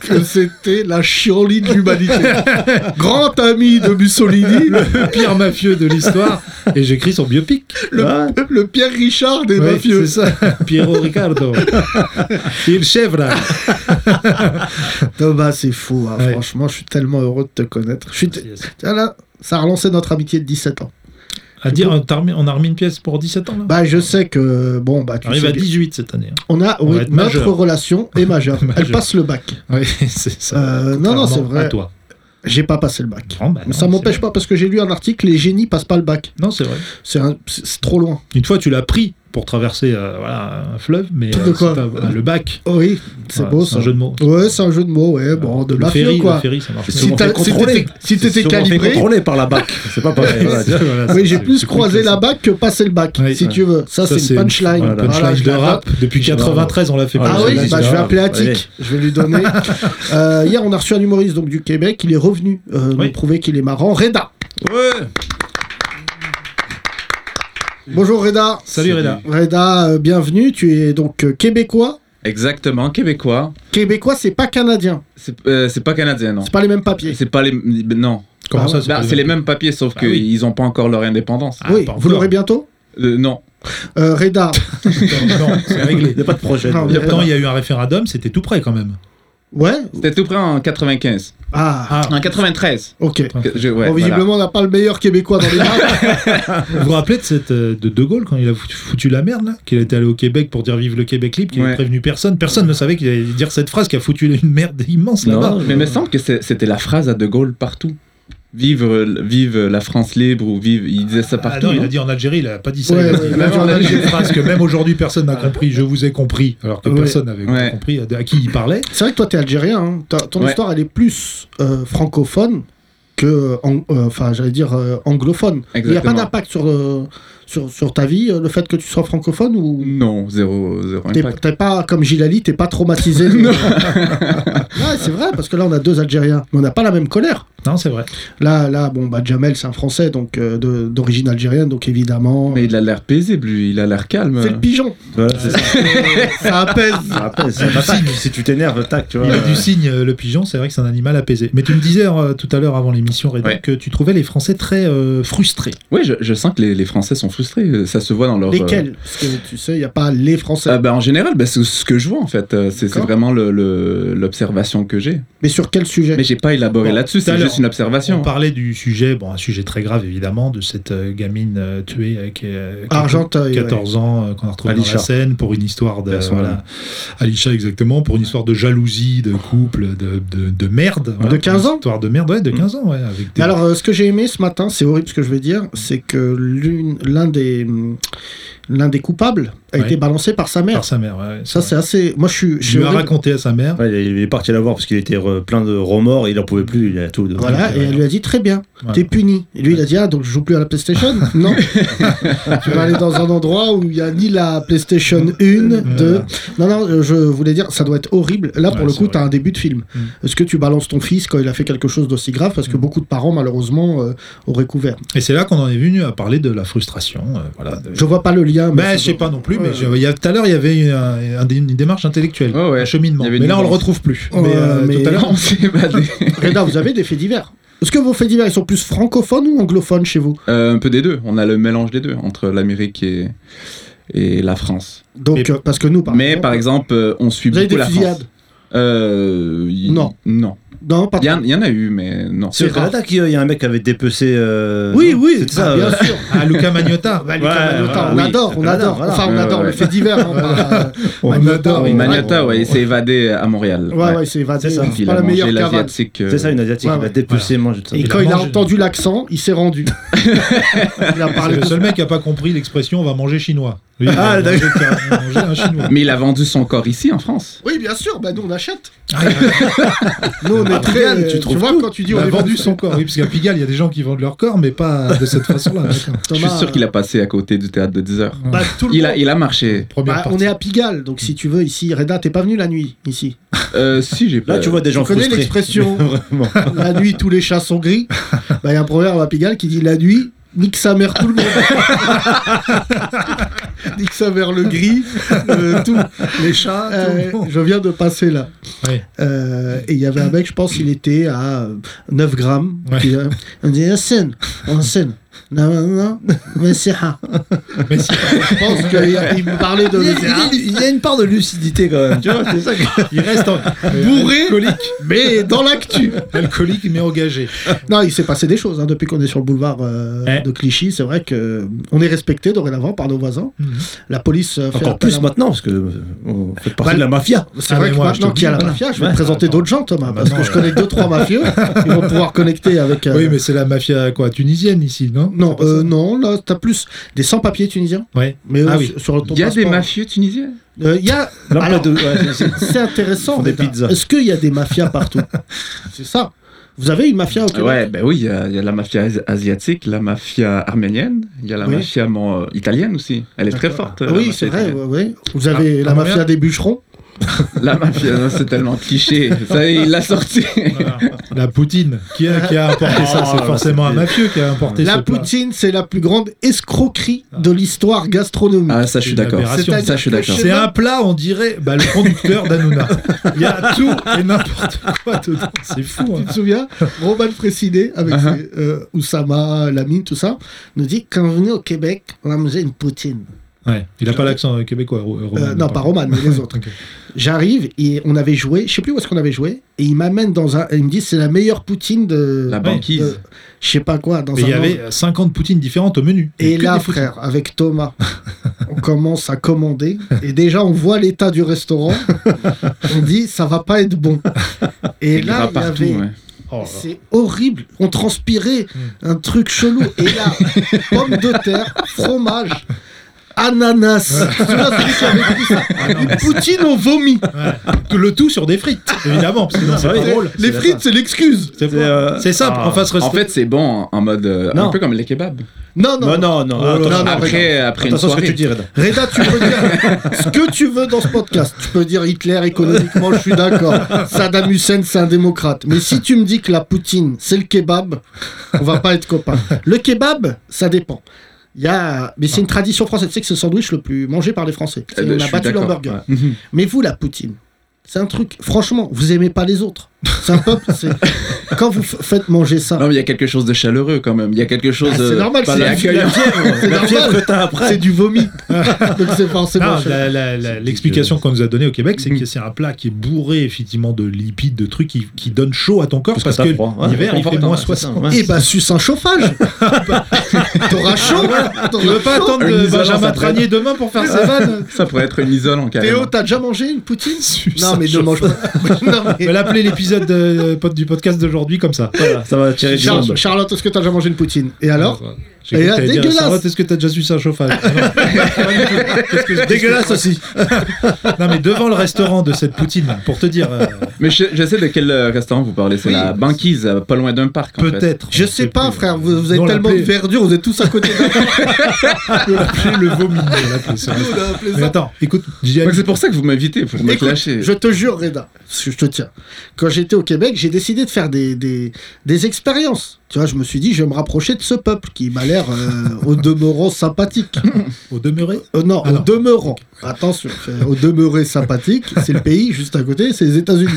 Speaker 3: que c'était la chienlit de l'humanité. Grand ami de Mussolini,
Speaker 4: Le pire mafieux de l'histoire. Et j'écris son biopic.
Speaker 5: Ouais.
Speaker 3: le Pierre Richard des
Speaker 4: Ouais,
Speaker 3: mafieux.
Speaker 4: C'est ça. Piero Riccardo. Il chèvre.
Speaker 3: Ah, Thomas, c'est fou. hein.
Speaker 4: Ouais.
Speaker 3: Franchement, je suis tellement heureux de te connaître. Je suis t- Tiens, là, ça a relancé notre amitié de 17 ans.
Speaker 4: À dire, on t'a remis- on a remis une pièce pour 17 ans là
Speaker 3: Bah, je sais que bon, bah, tu
Speaker 4: On arrive
Speaker 3: sais
Speaker 4: à
Speaker 3: bien.
Speaker 4: 18 cette année. hein.
Speaker 3: On a
Speaker 4: On
Speaker 3: oui,
Speaker 4: va être
Speaker 3: notre
Speaker 4: majeur.
Speaker 3: relation est majeure. Elle
Speaker 4: Majeur.
Speaker 3: passe le bac.
Speaker 4: Oui, c'est ça.
Speaker 3: Euh, non, non, c'est
Speaker 4: contrairement
Speaker 3: vrai.
Speaker 4: À toi.
Speaker 3: J'ai pas passé le bac.
Speaker 4: Bon, bah,
Speaker 3: Mais
Speaker 4: non,
Speaker 3: ça
Speaker 4: c'est
Speaker 3: m'empêche
Speaker 4: vrai.
Speaker 3: pas parce que j'ai lu un article les génies passent pas le bac.
Speaker 4: Non, c'est vrai.
Speaker 3: C'est un- c'est c'est trop loin.
Speaker 4: Une fois, tu l'as pris pour traverser euh, voilà, un fleuve, mais euh,
Speaker 3: De quoi
Speaker 4: c'est pas- voilà, le bac.
Speaker 3: Oui, c'est
Speaker 4: Voilà,
Speaker 3: beau
Speaker 4: un
Speaker 3: ça.
Speaker 4: jeu de mots. Euh,
Speaker 3: Ouais, c'est un jeu de mots, ouais, bon, de
Speaker 4: le
Speaker 3: mafieux
Speaker 4: ferry,
Speaker 3: quoi.
Speaker 4: le ferry, ça marche.
Speaker 3: Si
Speaker 4: mieux.
Speaker 5: t'as-
Speaker 3: t'as- si t'étais si
Speaker 5: C'est
Speaker 3: t'étais
Speaker 5: sûrement fait
Speaker 3: calibré,
Speaker 5: contrôler par la BAC. C'est pas pareil. voilà, tu vois.
Speaker 4: Voilà,
Speaker 3: oui,
Speaker 4: c'est-
Speaker 3: j'ai
Speaker 4: c'est-
Speaker 3: plus
Speaker 4: c'est
Speaker 3: croisé
Speaker 4: cool,
Speaker 3: la bac que passer le bac,
Speaker 4: Ouais,
Speaker 3: si
Speaker 4: ouais.
Speaker 3: tu veux. Ça, c'est une punchline.
Speaker 4: Voilà,
Speaker 3: Voilà,
Speaker 4: punchline
Speaker 3: je
Speaker 4: de
Speaker 3: la
Speaker 4: rap. Depuis
Speaker 5: Je la
Speaker 4: 93, on l'a fait.
Speaker 3: Ah
Speaker 5: Ah,
Speaker 3: oui,
Speaker 5: celle-là,
Speaker 3: bah,
Speaker 5: c'est
Speaker 3: je vais
Speaker 5: grave.
Speaker 3: appeler
Speaker 5: Allez.
Speaker 3: Attic, je vais lui donner. Euh, hier, on a reçu un humoriste donc, du Québec, il est revenu euh, nous
Speaker 4: Oui.
Speaker 3: prouver qu'il est marrant. Reda Bonjour Reda
Speaker 4: Salut Reda.
Speaker 3: Reda, euh, bienvenue, tu es donc euh, québécois.
Speaker 6: Exactement, québécois.
Speaker 3: Québécois, c'est pas canadien,
Speaker 6: C'est euh, c'est pas canadien, non.
Speaker 3: c'est pas les mêmes papiers.
Speaker 6: C'est pas les. Non.
Speaker 4: Comment
Speaker 3: Ah
Speaker 4: ça
Speaker 3: ouais.
Speaker 4: c'est
Speaker 6: Bah,
Speaker 4: pas
Speaker 6: c'est les mêmes papiers, sauf
Speaker 4: Ah
Speaker 6: qu'ils
Speaker 4: oui.
Speaker 6: n'ont pas encore leur indépendance.
Speaker 4: Ah,
Speaker 3: oui,
Speaker 4: pas
Speaker 3: vous
Speaker 4: encore.
Speaker 3: l'aurez bientôt
Speaker 6: Euh, non.
Speaker 3: Euh, Reda,
Speaker 4: Non, c'est réglé.
Speaker 5: Il n'y a pas de projet.
Speaker 3: Non,
Speaker 5: donc.
Speaker 3: mais-
Speaker 4: Pourtant, il y a eu un référendum, c'était tout près quand même.
Speaker 3: ouais
Speaker 6: C'était tout près en 95.
Speaker 3: Ah,
Speaker 6: En 93.
Speaker 3: ok.
Speaker 6: Que- je- ouais,
Speaker 3: bon,
Speaker 6: voilà.
Speaker 3: visiblement, on n'a pas le meilleur québécois dans les mains.
Speaker 4: Vous vous rappelez de, cette, euh, de De Gaulle quand il a foutu, foutu la merde là Qu'il était allé au Québec pour dire vive le Québec libre, qu'il
Speaker 6: Ouais.
Speaker 4: avait prévenu personne. Personne ne savait qu'il allait dire cette phrase qui a foutu une merde immense là-bas.
Speaker 6: Non, mais il me semble que c'est- c'était la phrase à De Gaulle partout. Vive, euh, vive la France libre ou vive. Il disait ça
Speaker 4: Ah
Speaker 6: partout.
Speaker 4: non,
Speaker 6: hein.
Speaker 4: il
Speaker 6: non
Speaker 4: a dit en Algérie, il a pas dit ça.
Speaker 3: Ouais,
Speaker 4: il a dit,
Speaker 3: ouais,
Speaker 4: même
Speaker 3: ouais,
Speaker 4: en
Speaker 3: ouais.
Speaker 4: Algérie, une phrase que même aujourd'hui personne n'a compris. Je vous ai compris, alors que
Speaker 3: Ouais.
Speaker 4: personne n'avait
Speaker 6: Ouais.
Speaker 4: compris à, à qui il parlait.
Speaker 3: C'est vrai que toi, t'es algérien. hein. Ta- Ton
Speaker 6: Ouais.
Speaker 3: histoire, elle est plus euh, francophone que, ang- euh, enfin, j'allais dire euh, anglophone. Il n'y a pas
Speaker 6: Exactement.
Speaker 3: d'impact sur, euh, sur, sur ta vie, euh, le fait que tu sois francophone ou.
Speaker 6: Non, zéro, zéro
Speaker 3: T'es
Speaker 6: impact.
Speaker 3: t'es pas, comme Gilali, t'es pas traumatisé. de- ouais, c'est vrai, parce que là, on a deux Algériens, mais on n'a pas la même colère.
Speaker 4: Non, c'est vrai.
Speaker 3: Là, là bon, bah, Jamel, c'est un Français, donc euh, de- d'origine algérienne, donc évidemment.
Speaker 6: Mais euh, il a l'air paisible, lui. Il a l'air calme.
Speaker 3: C'est le pigeon. Euh,
Speaker 5: Voilà, c'est ça.
Speaker 3: Ça apaise.
Speaker 5: Après, c'est un attaque. Si tu t'énerves, tac, tu vois.
Speaker 4: Il a
Speaker 5: euh,
Speaker 4: du signe, euh, le pigeon, c'est vrai que c'est un animal apaisé. Mais tu me disais euh, tout à l'heure avant l'émission, Reda,
Speaker 6: Ouais.
Speaker 4: que tu trouvais les Français très euh, frustrés.
Speaker 6: Oui, je, je sens que les, les Français sont frustrés. euh, Ça se voit dans leur. euh,
Speaker 3: Lesquels Parce que tu sais, il n'y a pas les Français.
Speaker 6: Ah bah, en général, bah, c'est ce que je vois en fait. Euh, C'est c'est
Speaker 3: D'accord.
Speaker 6: vraiment le- le- l'observation que j'ai.
Speaker 3: Mais sur quel sujet
Speaker 6: Mais j'ai pas élaboré
Speaker 4: Bon,
Speaker 6: là-dessus,
Speaker 4: tout à
Speaker 6: c'est
Speaker 4: l'heure,
Speaker 6: juste une observation.
Speaker 4: On parlait du sujet, bon, un sujet très grave évidemment, de cette euh, gamine euh, tuée euh, qui est, euh, qui a
Speaker 3: Argenteuil. ouais.
Speaker 4: 14 ans euh, qu'on a retrouvé dans
Speaker 5: Alisha.
Speaker 4: la scène pour une histoire de
Speaker 5: Personne.
Speaker 4: voilà, Alisha exactement pour une histoire de jalousie de couple de, de, de merde voilà,
Speaker 3: De 15 ans
Speaker 4: une histoire de merde ouais de 15 ans ouais avec des-
Speaker 3: Mais alors, euh, ce que j'ai aimé ce matin, c'est horrible ce que je vais dire, c'est que l'une- l'un des, hum, l'un des coupables a
Speaker 4: Ouais.
Speaker 3: été balancé par sa mère.
Speaker 4: par sa mère ouais,
Speaker 3: Ça, c'est assez. Moi, je suis. je
Speaker 4: je
Speaker 3: suis
Speaker 4: lui a
Speaker 3: horrible.
Speaker 4: raconté à sa mère
Speaker 5: ouais, il est parti la voir parce qu'il était euh, plein de remords, il en pouvait plus, il a tout. de-
Speaker 3: Voilà, et elle lui a dit très bien,
Speaker 4: Ouais.
Speaker 3: t'es puni. Et lui, il a dit ah, donc je joue plus à la PlayStation Non. tu vas aller dans un endroit où il n'y a ni la PlayStation 1, 2. Non, non, euh, je voulais dire, ça doit être horrible. Là, pour
Speaker 4: Ouais,
Speaker 3: le
Speaker 4: c'est
Speaker 3: coup,
Speaker 4: vrai.
Speaker 3: t'as un début de film.
Speaker 4: Mm.
Speaker 3: Est-ce que tu balances ton fils quand il a fait quelque chose d'aussi grave Parce que beaucoup de parents, malheureusement, euh, auraient couvert.
Speaker 4: et c'est là qu'on en est venu à parler de la frustration euh, voilà de-
Speaker 3: Je vois pas le lien. Ah, mais
Speaker 4: Ben,
Speaker 3: ça
Speaker 4: je sais
Speaker 3: doit-
Speaker 4: pas non plus, mais
Speaker 3: Ouais.
Speaker 4: je- il y a- tout à l'heure, il y avait un- un dé- une démarche intellectuelle,
Speaker 6: Ouais, ouais.
Speaker 4: un cheminement.
Speaker 6: Il y avait
Speaker 4: Mais
Speaker 6: une
Speaker 4: là, on le
Speaker 6: nuance.
Speaker 4: retrouve plus.
Speaker 3: Ouais,
Speaker 4: mais, euh,
Speaker 3: Oh, mais-
Speaker 4: tout à l'heure,
Speaker 6: On s'est évadé.
Speaker 3: Reda, vous avez des faits divers. Est-ce que vos faits divers, ils sont plus francophones ou anglophones chez vous
Speaker 6: Euh, un peu des deux. On a le mélange des deux entre l'Amérique et, et la France.
Speaker 3: Donc,
Speaker 4: Mais-
Speaker 3: euh, parce que nous, par
Speaker 6: Mais
Speaker 3: exemple,
Speaker 6: par exemple, euh, on suit
Speaker 3: vous avez
Speaker 6: beaucoup
Speaker 3: des
Speaker 6: la France.
Speaker 3: fusillades.
Speaker 6: Euh, y-
Speaker 3: Non.
Speaker 6: Non.
Speaker 3: Non, pas
Speaker 6: Il y, en- il y en a eu, mais non.
Speaker 5: C'est au
Speaker 3: rare.
Speaker 5: Canada qu'il y a un mec qui avait dépecé. euh,
Speaker 3: Oui,
Speaker 5: non,
Speaker 3: oui,
Speaker 5: c'est
Speaker 3: ah,
Speaker 5: ça.
Speaker 3: bien
Speaker 5: euh,
Speaker 3: sûr.
Speaker 4: à Luca Magnotta.
Speaker 3: Bah, Lucas
Speaker 5: Ouais,
Speaker 3: Magnotta,
Speaker 5: voilà,
Speaker 3: on
Speaker 5: oui.
Speaker 3: adore, on
Speaker 5: Voilà,
Speaker 3: adore.
Speaker 5: voilà.
Speaker 3: Enfin, on
Speaker 6: Ouais,
Speaker 3: adore
Speaker 6: ouais,
Speaker 3: les
Speaker 6: ouais.
Speaker 3: faits divers. hein, pas-
Speaker 5: on
Speaker 3: Magnotta,
Speaker 5: adore,
Speaker 3: oui,
Speaker 5: on
Speaker 3: Magnotta,
Speaker 6: Magnata,
Speaker 5: adore.
Speaker 6: ouais, il s'est évadé à Montréal.
Speaker 3: ouais, ouais, il s'est évadé.
Speaker 4: C'est ça.
Speaker 3: hein.
Speaker 6: Puis
Speaker 3: C'est
Speaker 6: il
Speaker 3: pas
Speaker 6: a
Speaker 3: la
Speaker 6: mangé
Speaker 3: meilleure cavale.
Speaker 6: l'asiatique. euh,
Speaker 5: C'est ça, une Asiatique,
Speaker 3: Ouais,
Speaker 5: il
Speaker 3: ouais.
Speaker 5: a dépecé, mange tout ça.
Speaker 3: Et
Speaker 4: Il
Speaker 3: quand
Speaker 4: a
Speaker 3: il a
Speaker 4: mangé.
Speaker 3: entendu l'accent, il s'est rendu. il a
Speaker 4: C'est
Speaker 3: parlé
Speaker 4: le
Speaker 3: de
Speaker 4: seul mec qui a pas compris l'expression on va manger chinois. Lui, il
Speaker 5: Ah,
Speaker 4: a mangé car- il a mangé un chinois.
Speaker 6: Mais il a vendu son corps ici, en France.
Speaker 3: Oui, bien sûr, bah nous on achète.
Speaker 4: Ah, il a-
Speaker 3: Nous on est
Speaker 5: Regarde,
Speaker 3: très.
Speaker 5: tu
Speaker 3: Tu,
Speaker 5: trouves
Speaker 3: vois,
Speaker 5: tout.
Speaker 3: quand tu dis
Speaker 4: il
Speaker 3: on
Speaker 4: a
Speaker 6: Bah,
Speaker 3: est
Speaker 4: vendu son corps. Oui, parce qu'à Pigalle, il y a des gens qui vendent leur corps, mais pas de cette façon-là. d'accord.
Speaker 6: Je suis sûr qu'il a passé à côté du théâtre de 10 heures.
Speaker 3: Bah, tout le
Speaker 6: Il
Speaker 3: monde-
Speaker 6: a, il a marché.
Speaker 4: Première
Speaker 3: Bah, on
Speaker 4: partie.
Speaker 3: est à Pigalle, donc si tu veux, ici, Reda, t'es pas venu la nuit, ici.
Speaker 6: Euh, si, j'ai
Speaker 5: Là, tu vois des
Speaker 3: Tu
Speaker 5: gens
Speaker 3: connais
Speaker 5: frustrés.
Speaker 3: l'expression
Speaker 5: Vraiment.
Speaker 3: La nuit, tous les chats sont gris. Bah, Il y a un proverbe à Pigalle qui dit La nuit, nique sa mère tout le monde. nique sa mère le gris, euh, tout.
Speaker 4: Les chats, tout
Speaker 3: Euh,
Speaker 4: le monde.
Speaker 3: je viens de passer là.
Speaker 4: Ouais.
Speaker 3: Euh, et il y avait un mec, je pense, il était à euh, 9 grammes.
Speaker 4: Ouais.
Speaker 3: Il, euh, on dit Hassan, Hassan, Non, non, non, mais c'est un.
Speaker 4: Mais si,
Speaker 3: Je pense qu'il me parlait de
Speaker 5: Il y, a,
Speaker 3: Messia.
Speaker 5: il y a- il y a une part de lucidité quand même, tu vois, c'est ça. que-
Speaker 4: il reste en-
Speaker 3: Bourré.
Speaker 4: alcoolique,
Speaker 3: Mais dans l'actu.
Speaker 4: alcoolique mais engagé.
Speaker 3: Non, il s'est passé des choses hein, depuis qu'on est sur le boulevard euh,
Speaker 4: Eh.
Speaker 3: de Clichy. C'est vrai que euh, on est respecté dorénavant par nos voisins.
Speaker 4: Mhm.
Speaker 3: La police euh, fait
Speaker 5: Encore
Speaker 3: appel
Speaker 5: plus
Speaker 3: à-
Speaker 5: maintenant, parce que euh, on fait partie
Speaker 3: Bah,
Speaker 5: de la mafia.
Speaker 3: C'est
Speaker 4: Ah,
Speaker 3: vrai
Speaker 4: mais
Speaker 3: que
Speaker 4: moi, je
Speaker 3: maintenant
Speaker 4: te
Speaker 3: qu'il y a la
Speaker 4: dis,
Speaker 3: mafia, je vais
Speaker 4: ouais,
Speaker 3: te présenter
Speaker 4: attends.
Speaker 3: d'autres gens, Thomas,
Speaker 4: Ah, bah
Speaker 3: parce
Speaker 4: non,
Speaker 3: que je
Speaker 4: euh.
Speaker 3: connais deux trois mafieux. Ils vont pouvoir connecter avec. euh,
Speaker 4: Oui, mais c'est la mafia quoi tunisienne ici, non
Speaker 3: Non,
Speaker 4: C'est pas ça
Speaker 3: euh, non, là, t'as plus des sans-papiers tunisiens.
Speaker 4: Ouais.
Speaker 3: Mais eux,
Speaker 4: Ah oui.
Speaker 3: sur- sur ton
Speaker 6: Il y a des
Speaker 3: passeport-
Speaker 6: mafieux tunisiens
Speaker 3: Euh, Il y a.
Speaker 5: Non, pas
Speaker 3: Alors,
Speaker 5: de- ouais, c'est-
Speaker 3: C'est intéressant.
Speaker 5: Ils font des
Speaker 3: mais t'as-
Speaker 5: pizzas.
Speaker 3: Est-ce qu'il y a des mafias partout C'est ça. Vous avez une mafia au Québec
Speaker 6: Ouais, ben oui, il y, a il y a la mafia as- asiatique, la mafia arménienne, il y a la
Speaker 3: Oui.
Speaker 6: mafia mon- euh, italienne aussi. Elle est très
Speaker 3: D'accord. Ah
Speaker 6: forte. euh, la
Speaker 3: Oui,
Speaker 6: mafia
Speaker 3: c'est vrai.
Speaker 6: italienne.
Speaker 3: ouais, ouais. Vous avez
Speaker 4: Ah,
Speaker 3: la
Speaker 4: à
Speaker 3: mafia
Speaker 4: Montréal
Speaker 3: des bûcherons.
Speaker 6: La mafia, non, c'est tellement cliché. Ça, il l'a sorti.
Speaker 4: Voilà. La Poutine. Qui a, qui a importé ça
Speaker 5: Ah,
Speaker 4: C'est forcément un
Speaker 5: c'était-
Speaker 4: mafieux qui a importé ça.
Speaker 3: Oh, La poutine, c'est la plus grande escroquerie
Speaker 4: Ah.
Speaker 3: de l'histoire gastronomique.
Speaker 6: Ah, ça, je
Speaker 4: C'est
Speaker 6: suis
Speaker 4: une
Speaker 6: d'accord.
Speaker 4: aberration.
Speaker 6: Ça, je suis d'accord.
Speaker 4: C'est un plat, on dirait bah, le conducteur d'Anouna. Il y a tout et n'importe quoi dedans. C'est fou.
Speaker 3: Tu
Speaker 4: hein.
Speaker 3: te souviens Roman Fréciné
Speaker 4: Ah
Speaker 3: avec
Speaker 6: Uh-huh.
Speaker 3: ses, euh, Oussama, Lamine, tout ça, nous dit quand vous venez au Québec, on a mangé une poutine.
Speaker 4: Ouais. Il a pas l'accent euh, québécois. Ro- euh, Roman,
Speaker 3: Euh, non, pas Roman, mais les autres.
Speaker 4: Ok.
Speaker 3: J'arrive et on avait joué, je sais plus où est-ce qu'on avait joué, et il m'amène dans un. Il me dit c'est la meilleure poutine de.
Speaker 6: La
Speaker 3: de-
Speaker 6: banquise.
Speaker 3: Je sais pas quoi, dans
Speaker 4: Mais
Speaker 3: un.
Speaker 4: il y
Speaker 3: endroit.
Speaker 4: avait 50 poutines différentes au menu.
Speaker 3: Et
Speaker 4: Que
Speaker 3: là,
Speaker 4: des poutines.
Speaker 3: frère, avec Thomas, on commence à commander. Et déjà, on voit l'état du restaurant. On dit, ça va pas être bon. Et
Speaker 6: Il y
Speaker 3: là,
Speaker 6: aura
Speaker 3: il y
Speaker 6: partout.
Speaker 3: avait.
Speaker 6: ouais.
Speaker 4: Oh là là.
Speaker 3: C'est horrible. On transpirait un truc chelou. Et là, pommes de terre, fromage, ananas. Celui-là, c'est lui qui avait pris ça. Une poutine au vomi.
Speaker 4: Ouais. Le tout sur des frites, évidemment, parce que sinon c'est
Speaker 5: Ah oui.
Speaker 4: pas drôle.
Speaker 3: Les frites, c'est l'excuse.
Speaker 4: C'est
Speaker 5: C'est, euh,
Speaker 4: c'est simple,
Speaker 5: ah.
Speaker 4: en face
Speaker 6: En
Speaker 4: restaurant.
Speaker 6: fait, c'est bon en mode. euh,
Speaker 5: Non.
Speaker 6: Un peu comme les kebabs.
Speaker 3: Non, non.
Speaker 5: Non, non, non.
Speaker 3: Oh là là.
Speaker 5: attention,
Speaker 3: non,
Speaker 6: Après, après une
Speaker 5: attention à ce que tu
Speaker 6: soirée.
Speaker 5: dis, Reda.
Speaker 3: Reda, tu peux dire ce que tu veux dans ce podcast. Tu peux dire Hitler économiquement, je suis d'accord. Saddam Hussein, c'est un démocrate. Mais si tu me dis que la poutine, c'est le kebab, on va pas être copains. Le kebab, ça dépend. Il y a... Mais c'est une tradition française. Tu sais que c'est le sandwich le plus mangé par les Français. C'est-
Speaker 6: Euh,
Speaker 3: on
Speaker 6: je
Speaker 3: a
Speaker 6: suis
Speaker 3: battu
Speaker 6: d'accord,
Speaker 3: l'hamburger.
Speaker 6: ouais. Mhm.
Speaker 3: Mais vous, la poutine, c'est un truc. Franchement, vous aimez pas les autres. C'est un peuple. c'est- Quand vous f- faites manger ça,
Speaker 6: Non, mais il y a quelque chose de chaleureux quand même. Il y a quelque chose.
Speaker 3: Ah, c'est
Speaker 6: euh,
Speaker 3: normal,
Speaker 6: pas
Speaker 3: c'est la
Speaker 6: accueillant.
Speaker 3: c'est normal.
Speaker 5: que t'as après.
Speaker 3: C'est du vomi. Donc c'est forcément.
Speaker 4: Non,
Speaker 3: chelou.
Speaker 4: la- la- la- L'explication qu'on nous a donnée au Québec, c'est que c'est un plat qui est bourré effectivement de lipides, de trucs qui, qui donnent chaud à ton corps parce, que, l'hiver il fait moins 60.
Speaker 3: Eh bah, suce un chauffage T'auras chaud
Speaker 4: Tu veux pas attendre
Speaker 6: Un
Speaker 4: de
Speaker 6: isolant,
Speaker 4: Benjamin
Speaker 6: ça pourrait
Speaker 4: Tranier demain pour faire ça
Speaker 3: ces vannes
Speaker 6: Ça pourrait être une isolant carrément.
Speaker 3: Théo, t'as déjà mangé une poutine
Speaker 4: Suce
Speaker 3: Non,
Speaker 4: un
Speaker 3: mais ne mange pas. Non,
Speaker 4: On
Speaker 3: mais-
Speaker 4: va l'appeler l'épisode de- euh, pod- du podcast d'aujourd'hui comme ça.
Speaker 5: Ça va tirer du
Speaker 3: Charles-
Speaker 5: monde.
Speaker 3: Charlotte, est-ce que t'as déjà mangé une poutine Et alors
Speaker 4: J'ai
Speaker 3: Et
Speaker 4: cru que
Speaker 3: là,
Speaker 4: t'allais dire,
Speaker 3: dégueulasse.
Speaker 4: Charlotte, est-ce que t'as déjà su ça un chauffage Ah non. Qu'est-ce que-
Speaker 5: Dégueulasse aussi.
Speaker 4: Non, mais devant le restaurant de cette poutine, pour te dire, euh,
Speaker 6: Mais je, je sais de quel euh, restaurant vous parlez. C'est
Speaker 3: Oui.
Speaker 6: la banquise, euh, pas loin d'un parc. en fait.
Speaker 4: peut-être.
Speaker 3: Je
Speaker 4: on
Speaker 3: sais
Speaker 4: sait
Speaker 3: pas,
Speaker 4: plus.
Speaker 3: frère, vous, vous avez
Speaker 4: Non,
Speaker 3: tellement de
Speaker 4: l'appeler-
Speaker 3: verdure, vous êtes tous à côté de
Speaker 4: l'appeler le vomi. on l'appelait ça. Mais attends, écoute,
Speaker 6: Ouais,
Speaker 4: JL,
Speaker 6: C'est pour ça que vous m'invitez, pour me
Speaker 3: Écoute,
Speaker 6: clasher.
Speaker 3: Je te jure, Reda, je te tiens. Quand j'étais au Québec, j'ai décidé de faire des, des, des expériences. Tu vois, je me suis dit, je vais me rapprocher de ce peuple qui m'a l'air euh, au demeurant sympathique.
Speaker 4: au demeuré,
Speaker 3: Euh, non,
Speaker 4: Ah
Speaker 3: au
Speaker 4: non.
Speaker 3: demeurant. Attention, c'est- au demeuré sympathique, c'est le pays juste à côté, c'est les États-Unis.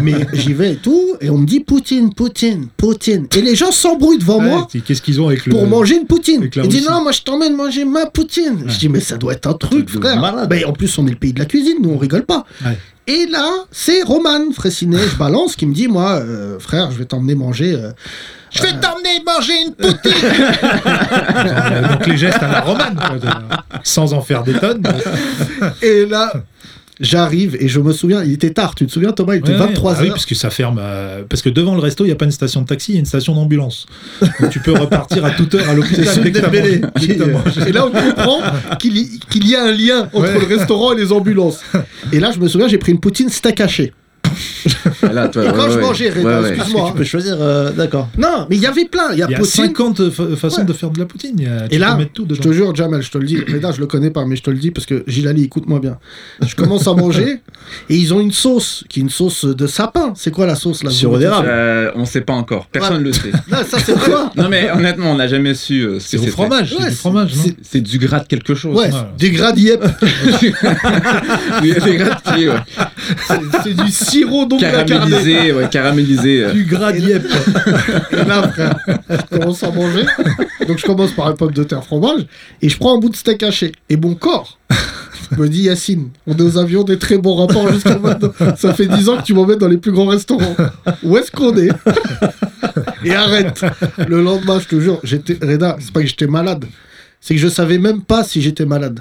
Speaker 3: Mais j'y vais et tout, et on me dit Poutine, Poutine, Poutine. Et les gens s'embrouillent devant
Speaker 4: Ouais,
Speaker 3: moi
Speaker 4: c'est- qu'est-ce qu'ils ont avec le.
Speaker 3: pour manger une poutine.
Speaker 4: avec la
Speaker 3: Ils disent
Speaker 4: Russie.
Speaker 3: non, moi je t'emmène manger ma poutine. Je dis mais ça doit être un truc,
Speaker 5: truc de
Speaker 3: frère.
Speaker 5: malade.
Speaker 3: Mais en plus, on est le pays de la cuisine, nous on rigole pas.
Speaker 4: Ouais.
Speaker 3: Et là, c'est Roman Fressinet, je balance, qui me dit moi, euh, frère, je vais t'emmener manger. euh,
Speaker 4: Je vais t'emmener manger une poutine Donc les gestes à la romane, quoi, de- sans en faire des tonnes.
Speaker 3: Et là. J'arrive et je me souviens, il était tard, tu te souviens Thomas, il était
Speaker 4: Ouais, ouais,
Speaker 3: 23h.
Speaker 4: bah oui, parce que ça ferme. euh, parce que devant le resto, il n'y a pas une station de taxi, il y a une station d'ambulance. Donc tu peux repartir à toute heure à l'hôpital. dès que t'as
Speaker 3: Dembélé.
Speaker 4: mangé- dès que t'as mangé.
Speaker 3: Et là, on comprend qu'il y, qu'il y a un lien entre
Speaker 4: Ouais.
Speaker 3: le restaurant et les ambulances. Et là, je me souviens, j'ai pris une poutine steak haché.
Speaker 6: Ah, Là, toi,
Speaker 3: Et quand
Speaker 6: ouais,
Speaker 3: je
Speaker 6: ouais.
Speaker 3: mangeais, Reda,
Speaker 6: Ouais, ouais.
Speaker 3: excuse-moi.
Speaker 5: Tu peux choisir, euh, d'accord.
Speaker 3: Non, mais il y avait plein. Il y a
Speaker 4: Il y a
Speaker 3: poutine.
Speaker 4: 50 fa- façons
Speaker 3: Ouais.
Speaker 4: de faire de la poutine. il y a- tu
Speaker 3: Et là,
Speaker 4: peux mettre tout
Speaker 3: je
Speaker 4: dedans.
Speaker 3: te jure, Jamel, je te le dis, Reda, je le connais pas, mais je te le dis parce que Gilali, écoute-moi bien. Je commence à manger et ils ont une sauce qui est une sauce de sapin. C'est quoi la sauce là
Speaker 5: Sirop
Speaker 3: vous mettez
Speaker 5: d'érable.
Speaker 6: Euh, on sait pas encore. Personne ne le sait.
Speaker 3: ça Non, ça c'est quoi
Speaker 6: Non, mais honnêtement, on n'a jamais su euh, ce
Speaker 4: C'est
Speaker 6: que
Speaker 4: au
Speaker 6: c'était.
Speaker 4: fromage.
Speaker 3: Ouais,
Speaker 4: c'est du
Speaker 3: c'est-
Speaker 4: fromage, non
Speaker 3: c'est-
Speaker 6: C'est du gras de quelque chose.
Speaker 3: Ouais,
Speaker 4: Ouais.
Speaker 3: du gras d'Yep.
Speaker 6: C'est- c'est gras de pied, ouais.
Speaker 3: C'est- C'est du sirop
Speaker 4: gros don de la carne.
Speaker 6: caramélisé, ouais, caramélisé. euh.
Speaker 4: Du gras Dieppe.
Speaker 3: Et là, frère, je commence à manger. Donc, je commence par une pomme de terre fromage et je prends un bout de steak haché. Et mon corps me dit Yacine, on est aux avions des très bons rapports jusqu'à maintenant. Ça fait 10 ans que tu m'emmènes dans les plus grands restaurants. Où est-ce qu'on est Et arrête Le lendemain, je te jure, j'étais. Reda, c'est pas que j'étais malade. C'est que je savais même pas si j'étais malade.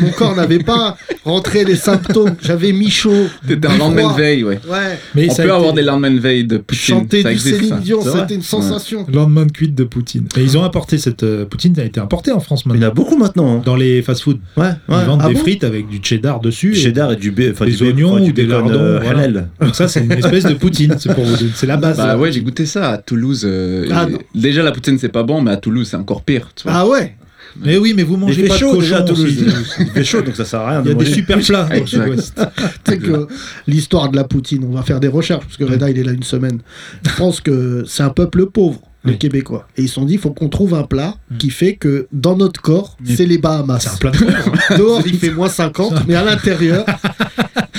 Speaker 3: Mon corps n'avait pas rentré les symptômes. J'avais mis chaud.
Speaker 6: T'étais un lendemain de
Speaker 3: froid.
Speaker 6: veille, ouais.
Speaker 3: Ouais.
Speaker 4: Mais
Speaker 6: On
Speaker 4: ça a
Speaker 6: peut
Speaker 4: été
Speaker 6: avoir des lendemains de veille de poutine.
Speaker 3: Chanter
Speaker 6: ça
Speaker 3: du
Speaker 6: existe, ça.
Speaker 3: Céline Ah, Dion,
Speaker 5: C'est vrai
Speaker 3: c'était une sensation.
Speaker 4: le lendemain de cuite de Poutine. Et ils ont apporté cette euh, Poutine, a été importée en France
Speaker 5: Il y
Speaker 4: maintenant.
Speaker 5: en a beaucoup maintenant. hein.
Speaker 4: Dans les fast-food,
Speaker 5: Ouais, ouais.
Speaker 4: ils vendent
Speaker 5: Ah
Speaker 4: des
Speaker 5: bon
Speaker 4: frites avec du cheddar dessus. et-
Speaker 5: Cheddar et du bé- enfin,
Speaker 4: Des
Speaker 5: du bé-
Speaker 4: oignons
Speaker 5: enfin, du
Speaker 4: ou des
Speaker 5: bacon,
Speaker 4: lardons,
Speaker 5: euh,
Speaker 4: voilà.
Speaker 5: halal.
Speaker 4: Donc ça, c'est une espèce de Poutine. C'est pour vous donner- c'est la base.
Speaker 6: Bah
Speaker 4: là.
Speaker 6: ouais, j'ai goûté ça à Toulouse. euh,
Speaker 3: Ah,
Speaker 6: et-
Speaker 3: non.
Speaker 6: déjà, la poutine, c'est pas bon, mais à Toulouse, c'est encore pire. Tu vois.
Speaker 3: Ah ouais
Speaker 4: Mais oui, mais vous
Speaker 5: Il
Speaker 4: mangez
Speaker 5: fait
Speaker 4: pas de
Speaker 5: chaud déjà à
Speaker 4: cochon. aussi.
Speaker 5: Toulouse. Il fait chaud donc ça sert à rien.
Speaker 4: Il y
Speaker 5: de
Speaker 4: a des
Speaker 5: manger.
Speaker 4: super plats dans le
Speaker 6: Exact.
Speaker 4: sud-ouest.
Speaker 3: Tu sais que l'histoire de la Poutine, on va faire des recherches, parce que Reda, il est là une semaine. Je pense que c'est un peuple pauvre, les
Speaker 4: Oui.
Speaker 3: Québécois. Et ils se sont dit, il faut qu'on trouve un plat
Speaker 6: Hmm.
Speaker 3: qui fait que dans notre corps,
Speaker 4: Mais
Speaker 3: c'est les Bahamas.
Speaker 4: C'est un plat de pauvre.
Speaker 3: Dehors, il fait moins 50, mais à l'intérieur.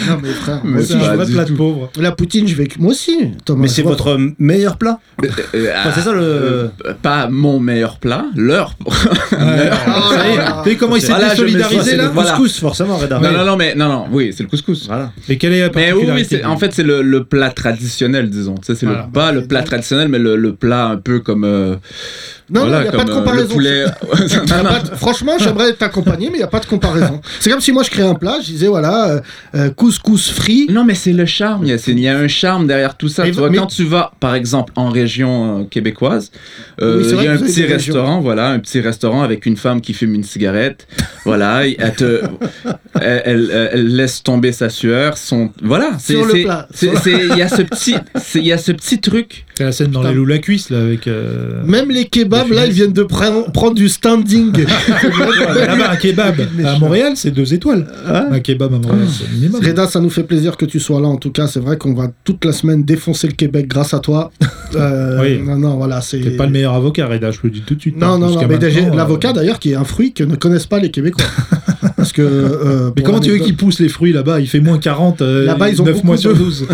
Speaker 3: Non, mais frère, moi
Speaker 6: Mais
Speaker 3: aussi,
Speaker 4: C'est
Speaker 6: ça
Speaker 4: un
Speaker 6: va
Speaker 4: vrai
Speaker 6: du
Speaker 4: plat
Speaker 6: tout.
Speaker 4: de pauvre.
Speaker 3: je- la Poutine, je vais. Moi aussi, Thomas.
Speaker 5: Mais
Speaker 3: je
Speaker 5: c'est
Speaker 3: vois-
Speaker 5: votre meilleur plat.
Speaker 6: Euh, euh,
Speaker 5: Enfin,
Speaker 4: Ah,
Speaker 5: c'est ça le.
Speaker 6: euh, Pas mon meilleur plat, leur.
Speaker 3: Ah,
Speaker 4: Ça y est,
Speaker 3: là,
Speaker 4: T'as vu comment il s'est
Speaker 6: Voilà, je me
Speaker 5: Enfin,
Speaker 4: désolidarisé
Speaker 6: suis-
Speaker 5: c'est
Speaker 4: là
Speaker 5: le
Speaker 6: voilà.
Speaker 5: couscous forcément,
Speaker 3: Ah
Speaker 5: Reda.
Speaker 6: non, non, non, mais non, non, oui, c'est le couscous.
Speaker 5: Voilà.
Speaker 4: Et quelle est la
Speaker 6: Mais oui,
Speaker 4: particularité
Speaker 6: oui, c'est-
Speaker 4: du-
Speaker 6: en fait, c'est le, le plat traditionnel, disons. Tu sais, c'est
Speaker 4: Voilà.
Speaker 6: le, pas le plat traditionnel, mais le, le plat un peu comme. euh,
Speaker 3: Non, non, il
Speaker 6: voilà,
Speaker 3: n'y a pas
Speaker 6: comme,
Speaker 3: de
Speaker 6: euh, le
Speaker 3: comparaison.
Speaker 6: poulet.
Speaker 3: Y a
Speaker 6: Non, non.
Speaker 3: pas de- Franchement, j'aimerais t'accompagner, mais il n'y a pas de comparaison. C'est comme si moi je créais un plat, je disais voilà, euh, euh, couscous frit,
Speaker 6: Non, mais c'est le charme. Il y, a, c'est- il y a un charme derrière tout ça.
Speaker 3: Mais
Speaker 6: tu
Speaker 3: v-
Speaker 6: vois,
Speaker 3: mais-
Speaker 6: Quand tu vas, par exemple, en région euh, québécoise, euh,
Speaker 3: Oui, c'est
Speaker 6: il
Speaker 3: vrai
Speaker 6: y a
Speaker 3: que
Speaker 6: un
Speaker 3: vous avez
Speaker 6: petit
Speaker 3: des régions.
Speaker 6: restaurant, voilà, un petit restaurant avec une femme qui fume une cigarette. voilà, elle, te- elle- elle- elle laisse tomber sa sueur. Son, voilà, c'est-
Speaker 3: Sur le
Speaker 6: c'est-
Speaker 3: plat.
Speaker 6: c'est- c'est- il y a ce petit, c'est- il y a ce petit truc.
Speaker 4: C'est la scène dans les
Speaker 3: Putain.
Speaker 4: loups la cuisse là avec. euh,
Speaker 3: Même les kebabs,
Speaker 4: Des
Speaker 3: là, ils
Speaker 4: fumistes.
Speaker 3: viennent de pre- prendre du standing.
Speaker 4: Là-bas, un kebab à Montréal, c'est deux étoales. Un kebab à Montréal, c'est minimum.
Speaker 3: Reda, ça nous fait plaisir que tu sois là. En tout cas, c'est vrai qu'on va toute la semaine défoncer le Québec grâce à toi. Euh,
Speaker 4: Oui.
Speaker 3: Non, non, voilà, c'est.
Speaker 4: T'es pas le meilleur avocat, Reda, je le dis tout de suite.
Speaker 3: Non,
Speaker 4: hein,
Speaker 3: non,
Speaker 4: jusqu'à
Speaker 3: non, mais déjà,
Speaker 4: maintenant, euh,
Speaker 3: l'avocat d'ailleurs qui est un fruit que ne connaissent pas les Québécois. Parce que. euh,
Speaker 4: Mais
Speaker 3: pour
Speaker 4: comment tu veux
Speaker 3: l'anecdote-
Speaker 4: qu'ils poussent les fruits là-bas Il fait moins 40, euh,
Speaker 3: Là-bas, ils ont
Speaker 4: 9
Speaker 3: beaucoup
Speaker 4: mois
Speaker 3: de-
Speaker 4: sur 12.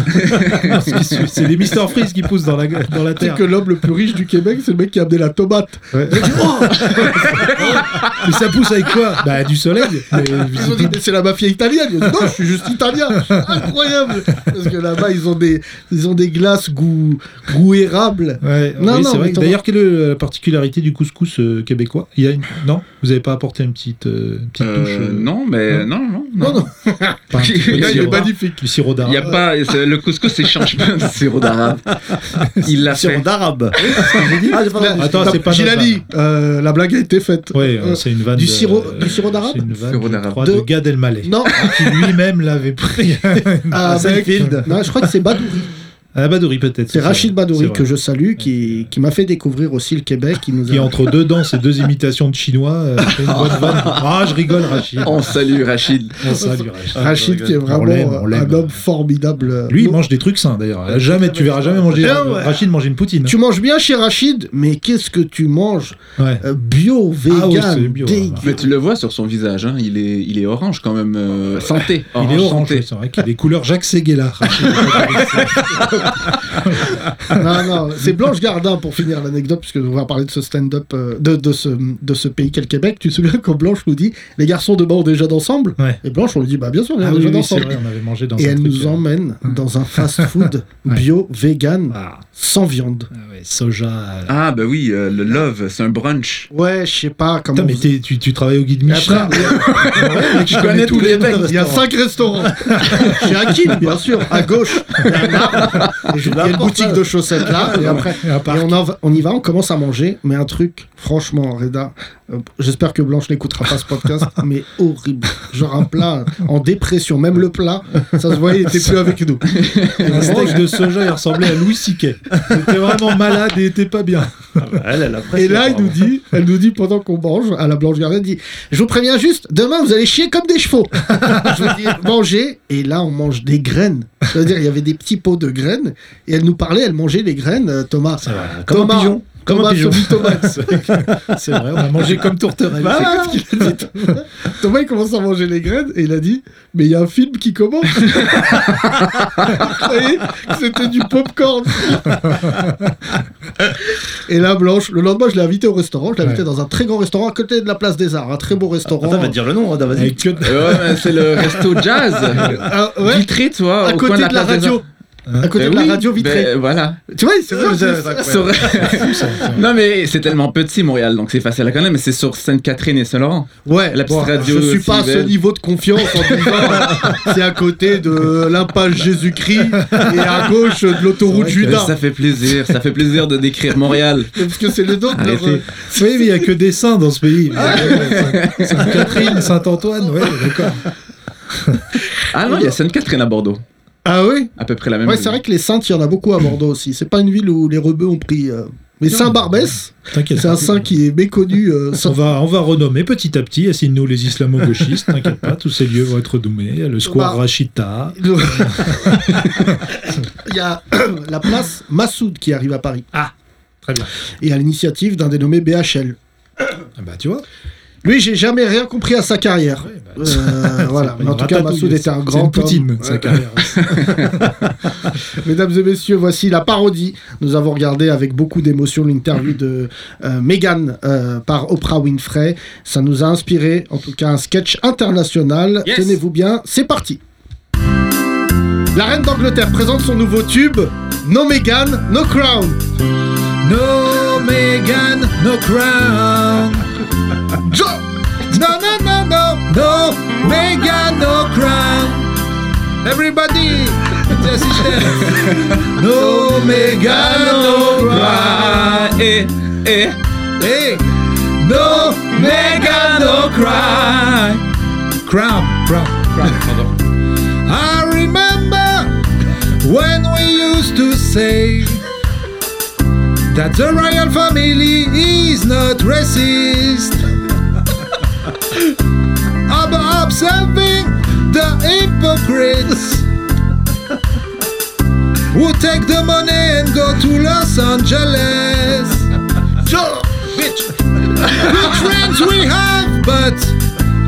Speaker 4: Parce qu'ils su- c'est les Mister Freeze qui poussent dans la, dans la
Speaker 3: Tu sais
Speaker 4: terre.
Speaker 3: que l'homme le plus riche du Québec, c'est le mec qui a amené la tomate.
Speaker 4: Mais ça pousse avec quoi Bah, du soleil. Mais
Speaker 3: Ils ont dit, mais c'est la mafia italienne. Ils ont dit, non, je suis juste italien. Incroyable. Parce que là-bas, ils ont des, ils ont des glaces goût, goût érable.
Speaker 4: Ouais,
Speaker 3: Non,
Speaker 4: oui,
Speaker 3: non,
Speaker 4: c'est
Speaker 3: mais
Speaker 4: vrai.
Speaker 3: t'en-
Speaker 4: D'ailleurs, quelle est la particularité du couscous euh, québécois Il y a une- Non Vous avez pas apporté une petite, euh, une petite touche
Speaker 6: Euh,
Speaker 4: euh,
Speaker 6: non, mais non, non, non.
Speaker 3: Non, non.
Speaker 4: pas un petit peu de
Speaker 6: Il est
Speaker 4: sirop-
Speaker 3: magnifique.
Speaker 4: Du sirop
Speaker 6: Il y a
Speaker 4: d'arabe.
Speaker 6: pas c'est- le couscous, il change pas de sirop d'arabe. Il l'a fait.
Speaker 5: Sur d'arabe.
Speaker 3: Ah, j'ai pas
Speaker 4: La- Attends,
Speaker 3: La-
Speaker 4: c'est pas
Speaker 3: Gilali, euh, la blague a été faite.
Speaker 4: Ouais,
Speaker 3: Euh,
Speaker 4: euh, c'est une vanne.
Speaker 3: du
Speaker 4: de-
Speaker 3: sirop- du sirop d'arabe
Speaker 4: C'est une vanne,
Speaker 6: Sirop
Speaker 4: je
Speaker 6: d'arabe.
Speaker 4: crois,
Speaker 3: De-
Speaker 4: de Gad Elmaleh.
Speaker 3: non,
Speaker 4: Qui lui-même l'avait pris.
Speaker 3: avec...
Speaker 5: Seinfeld.
Speaker 3: non, je crois que c'est Badouri.
Speaker 4: Ah, Badouri, peut-être.
Speaker 3: C'est Rachid Badouri que
Speaker 4: je
Speaker 3: je salue, qui, qui m'a fait découvrir aussi le Québec. Qui nous
Speaker 4: Qui,
Speaker 3: a...
Speaker 4: entre deux danses et deux imitations de chinois, euh, fait une bonne vanne. Ah, je rigole, Rachid. Ah,
Speaker 6: On salue Oh, Rachid.
Speaker 4: On salue, Rachid.
Speaker 3: Rachid, qui est
Speaker 4: euh, On l'aime, on
Speaker 3: vraiment
Speaker 4: l'aime.
Speaker 3: un homme formidable.
Speaker 4: Lui, il
Speaker 3: Non.
Speaker 4: mange des trucs sains, d'ailleurs. Jamais, tu verras jamais manger.
Speaker 3: Ah ouais.
Speaker 4: Rachid manger une poutine.
Speaker 3: Tu manges bien chez Rachid, mais qu'est-ce que tu manges
Speaker 4: Ouais.
Speaker 3: Euh, Bio,
Speaker 4: Ah ouais,
Speaker 3: vegan,
Speaker 4: c'est bio, hein.
Speaker 3: dégueu.
Speaker 4: ouais.
Speaker 6: Mais tu le vois sur son visage, hein, il, est, il est orange quand même. euh, santé.
Speaker 4: Il
Speaker 6: Orange,
Speaker 4: est orange,
Speaker 6: santé.
Speaker 4: oui, c'est vrai qu'il a des couleurs Jacques Séguéla. Rachid.
Speaker 3: Ah, Non, non, c'est Blanche Gardin pour finir l'anecdote, puisque on va parler de ce stand-up, euh, de, de, ce, de ce pays qu'est le Québec. Tu te souviens quand Blanche nous dit les garçons de ont déjà d'ensemble
Speaker 4: Ouais.
Speaker 3: Et Blanche, on lui dit bah bien sûr, on est
Speaker 4: Ah oui,
Speaker 3: déjà
Speaker 4: oui, c'est
Speaker 3: d'ensemble.
Speaker 4: vrai, on avait mangé dans
Speaker 3: Et
Speaker 4: un
Speaker 3: elle
Speaker 4: truc,
Speaker 3: nous
Speaker 4: euh,
Speaker 3: emmène dans un fast-food bio, vegan,
Speaker 4: Ah,
Speaker 3: sans viande.
Speaker 4: ah ouais, soja. euh.
Speaker 6: Ah, bah oui, euh, le love, c'est un brunch.
Speaker 3: Ouais, je sais pas comment.
Speaker 4: Putain, mais
Speaker 3: vous-
Speaker 4: t'es- tu, tu travailles au guide
Speaker 3: Mais après,
Speaker 4: Michelin.
Speaker 3: je connais tous les mecs. Il y a cinq restaurants. Chez Hakim, bien sûr, à gauche. Il y a un arbre. Et je- il y a une boutique de chaussettes là. Et après,
Speaker 4: Et à part-
Speaker 3: Et on, en va- on y va, on commence à manger, mais un truc, franchement, Reda, euh, j'espère que Blanche n'écoutera pas ce podcast, mais horrible. Genre un plat en dépression, même le plat, ça se voyait, il était plus avec nous.
Speaker 4: Un steak de soja, il ressemblait à Louis Siquet. C'était vraiment malade et était pas bien.
Speaker 5: Elle, elle a presque-
Speaker 3: Et là, il nous dit, elle nous dit pendant qu'on mange, à la Blanche Gardin, elle dit Je vous préviens juste, demain vous allez chier comme des chevaux. Je vous dis Mangez, et là on mange des graines. C'est-à-dire, il y avait des petits pots de graines, et elle nous parlait, elle mangeait les graines, euh, Thomas.
Speaker 4: Ça va.
Speaker 5: Comme un
Speaker 3: Thomas,
Speaker 5: pigeon.
Speaker 4: Comme un
Speaker 3: Thomas
Speaker 4: pigeon.
Speaker 3: se dit Thomas.
Speaker 4: C'est vrai, on a mangé comme tourterelle.
Speaker 3: Bah
Speaker 4: C'est
Speaker 3: voilà.
Speaker 4: ce qu'il a dit.
Speaker 3: Thomas, il commence à manger les graines et il a dit Mais il y a un film qui commence Il croyait que c'était du popcorn Et là, Blanche, le lendemain, je l'ai invité au restaurant. Je l'ai invité
Speaker 4: Ouais.
Speaker 3: dans un très grand restaurant à côté de la place des Arts. Un très beau restaurant.
Speaker 5: Attends, va dire le nom, hein, vas-y.
Speaker 4: Avec que de-
Speaker 6: Euh, ouais, mais c'est le resto jazz.
Speaker 3: Ah, ouais,
Speaker 6: Vitré, tu vois,
Speaker 3: à
Speaker 6: au
Speaker 3: côté
Speaker 6: coin
Speaker 3: de la
Speaker 6: place des
Speaker 3: radio.
Speaker 4: Arts.
Speaker 3: À côté
Speaker 6: Ben
Speaker 3: de la
Speaker 6: oui,
Speaker 3: radio vitrée.
Speaker 6: ben, voilà.
Speaker 3: Tu vois,
Speaker 5: Ah,
Speaker 3: c'est vrai. c'est-
Speaker 4: Ah,
Speaker 6: Sur- non mais c'est tellement petit Montréal, donc c'est facile à connaître, mais c'est sur Sainte-Catherine et Saint-Laurent.
Speaker 3: Ouais,
Speaker 6: La petite radio
Speaker 3: je suis pas à ce
Speaker 6: civile.
Speaker 3: niveau de confiance en disant c'est à côté de l'impasse Jésus-Christ et à gauche de l'autoroute
Speaker 4: C'est vrai que
Speaker 3: Judas.
Speaker 6: Ça fait plaisir, ça fait plaisir de décrire Montréal.
Speaker 3: Parce que c'est le nom de leur,
Speaker 6: Arrêtez.
Speaker 3: euh, Ah
Speaker 4: Oui, mais il n'y a que des saints dans ce pays. Sainte-Catherine, Saint-Antoine, ouais, d'accord.
Speaker 6: Ah non, il y a Sainte-Catherine à Bordeaux,
Speaker 3: Ah oui
Speaker 6: à peu près la même.
Speaker 3: Ouais, c'est vrai que les Saintes, il y en a beaucoup à Bordeaux aussi. C'est pas une ville où les rebeux ont pris. euh, Mais Saint-Barbès,
Speaker 4: T'inquiète.
Speaker 3: c'est un saint qui est méconnu. euh,
Speaker 4: On
Speaker 3: sans-
Speaker 4: va, on va renommer petit à petit, assigne-nous les islamo-gauchistes, t'inquiète pas, tous ces lieux vont être nommés. Le square
Speaker 3: Bah.
Speaker 4: Rachita.
Speaker 3: Il y a la place Massoud qui arrive à Paris
Speaker 4: Très bien.
Speaker 3: et à l'initiative d'un dénommé BHL.
Speaker 4: Ah bah tu vois.
Speaker 3: Lui, j'ai jamais rien compris à sa carrière.
Speaker 4: Ouais, bah,
Speaker 3: Euh,
Speaker 4: c'est
Speaker 3: voilà.
Speaker 4: pas
Speaker 3: Mais
Speaker 4: une
Speaker 3: en tout cas,
Speaker 4: ratatouille,
Speaker 3: Massoud était
Speaker 4: c'est-
Speaker 3: un
Speaker 4: c'est
Speaker 3: grand
Speaker 4: une Poutine,
Speaker 3: homme.
Speaker 4: sa carrière.
Speaker 3: Mesdames et messieurs, voici la parodie. Nous avons regardé avec beaucoup d'émotion l'interview de euh, Meghan euh, par Oprah Winfrey. Ça nous a inspiré, en tout cas, un sketch international.
Speaker 6: Yes.
Speaker 3: Tenez-vous bien, c'est parti. La reine d'Angleterre présente son nouveau tube. No Meghan, no crown.
Speaker 4: No Megan, no crown.
Speaker 3: Jo-
Speaker 4: No, no, no, no, no Megan, no crown. Everybody, just stand. No Megan, no crown.
Speaker 6: Ah, eh, eh,
Speaker 4: Hey, no Megan, no crown. Crown, crown, crown. I remember when we used to say that the royal family is not racist. Ob- observing the hypocrites who take the money and go to Los Angeles. So, bitch, good friends we have, but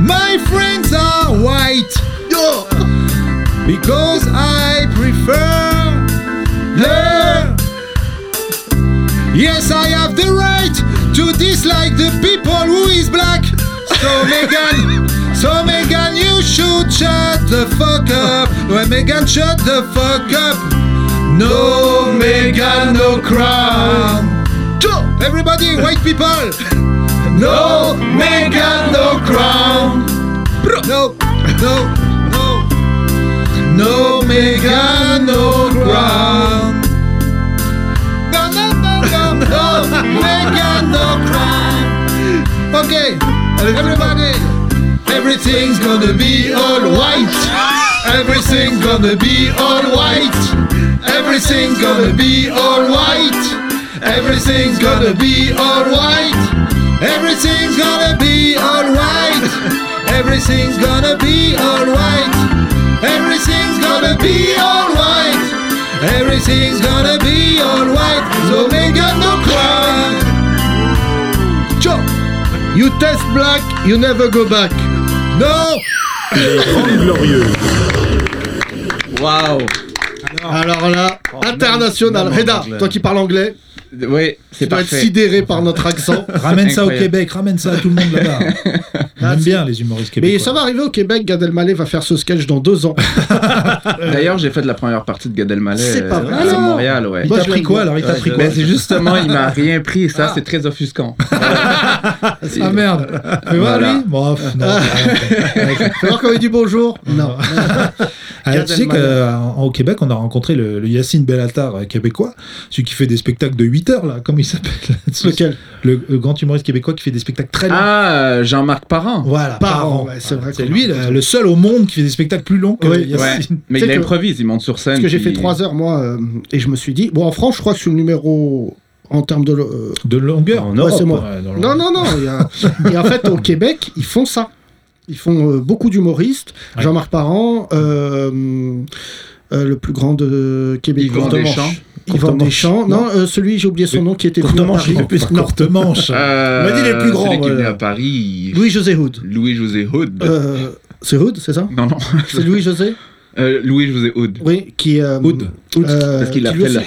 Speaker 4: my friends are white. Because I prefer her. Yes, I have the right to dislike the people who is black. So Megan, so Megan, you should shut the fuck up. Well, Megan, shut the fuck up. No Megan, no crown. Everybody, white people. No Megan, no crown. No, no, no. No Megan, no crown. No, no, no, no, no, Megan, no crime. Okay, everybody, everything's gonna be all white. Everything's gonna be all white. Everything's gonna be all white. Everything's gonna be all white. Everything's gonna be all right. Everything's gonna be all right. Everything's gonna be all right. Everything's gonna be all right. So make up no cry. Joe, you test black, you never go back. No.
Speaker 6: waouh.
Speaker 3: Alors là, international.
Speaker 5: même en
Speaker 3: Reda,
Speaker 5: anglais.
Speaker 3: toi qui parles anglais,
Speaker 6: Oui, c'est
Speaker 3: tu dois être
Speaker 6: parfait.
Speaker 3: sidéré par notre accent.
Speaker 4: Ramène ça au
Speaker 6: Incroyable.
Speaker 4: Québec, ramène ça à tout le monde là-bas. On aime bien les humoristes québécois.
Speaker 3: Mais ça va arriver au Québec. Gad Elmaleh va faire ce sketch dans deux ans. euh,
Speaker 6: D'ailleurs, j'ai fait de la première partie de Gad Elmaleh
Speaker 3: C'est pas
Speaker 6: euh,
Speaker 3: vrai,
Speaker 6: à
Speaker 3: alors.
Speaker 6: Montréal, ouais.
Speaker 4: Il
Speaker 3: Moi,
Speaker 4: t'a
Speaker 3: je
Speaker 4: pris
Speaker 3: l'aime bien.
Speaker 4: quoi alors Il t'a
Speaker 5: Ouais,
Speaker 4: pris
Speaker 5: je-
Speaker 4: quoi
Speaker 6: Ben, c'est justement, il m'a rien pris, ça, c'est très offusquant.
Speaker 4: Ah merde Fais voir
Speaker 6: Voilà.
Speaker 4: lui Bon, pff, non.
Speaker 3: Faut voir quand il dit bonjour. Non.
Speaker 4: Ah,
Speaker 3: Gad
Speaker 4: tu sais
Speaker 3: Elmaleh.
Speaker 4: qu'au Québec, on a rencontré le, le Yacine Bellatar euh, québécois, celui qui fait des spectacles de 8 heures, là, comment il s'appelle
Speaker 3: Lequel
Speaker 4: le, le grand humoriste québécois qui fait des spectacles très longs.
Speaker 6: Ah, euh, Jean-Marc Parent.
Speaker 4: voilà,
Speaker 3: Par
Speaker 4: Hein. par,
Speaker 3: an,
Speaker 4: an.
Speaker 3: ouais, c'est vrai
Speaker 4: C'est
Speaker 3: qu'on
Speaker 4: lui
Speaker 3: a-
Speaker 4: le, le seul au monde qui fait des spectacles plus longs que
Speaker 3: Ouais.
Speaker 6: Ouais.
Speaker 4: Yacine.
Speaker 6: Mais
Speaker 3: Tu sais
Speaker 6: il
Speaker 3: que-
Speaker 6: improvise, il monte sur scène.
Speaker 3: Parce que j'ai
Speaker 6: puis-
Speaker 3: fait trois heures, moi, euh, et je me suis dit, bon, en France, je crois que je suis le numéro en termes de. euh,
Speaker 4: De longueur.
Speaker 5: En
Speaker 4: En
Speaker 5: Europe,
Speaker 3: c'est moi. Non,
Speaker 4: Non,
Speaker 3: non, non. il y a- Et en fait, au Québec, ils font ça. Ils font euh, beaucoup d'humoristes.
Speaker 4: Ouais.
Speaker 3: Jean-Marc Parent, euh, euh, le plus grand de Québec.
Speaker 6: Yvan
Speaker 3: Courtemanche.
Speaker 6: Deschamps.
Speaker 3: Yvan
Speaker 5: Courtemanche.
Speaker 3: Deschamps. Non, euh, celui, j'ai oublié son nom, qui était venu à
Speaker 5: Courtemanche,
Speaker 3: Paris.
Speaker 5: il fait plus-
Speaker 3: Non,
Speaker 4: Courte manche.
Speaker 6: Euh,
Speaker 5: On m'a dit les plus grands,
Speaker 6: Celui qui est
Speaker 5: voilà.
Speaker 6: venu à Paris,
Speaker 3: Louis-José Hood.
Speaker 6: Louis-José Hood.
Speaker 3: Euh, c'est Hood, c'est ça
Speaker 6: Non, non.
Speaker 3: C'est Louis-José
Speaker 6: Euh, Louis-José Hood.
Speaker 3: Oui, qui. euh,
Speaker 4: Hood.
Speaker 3: euh,
Speaker 6: Parce qu'il
Speaker 3: qui lui
Speaker 6: appelle.
Speaker 3: aussi-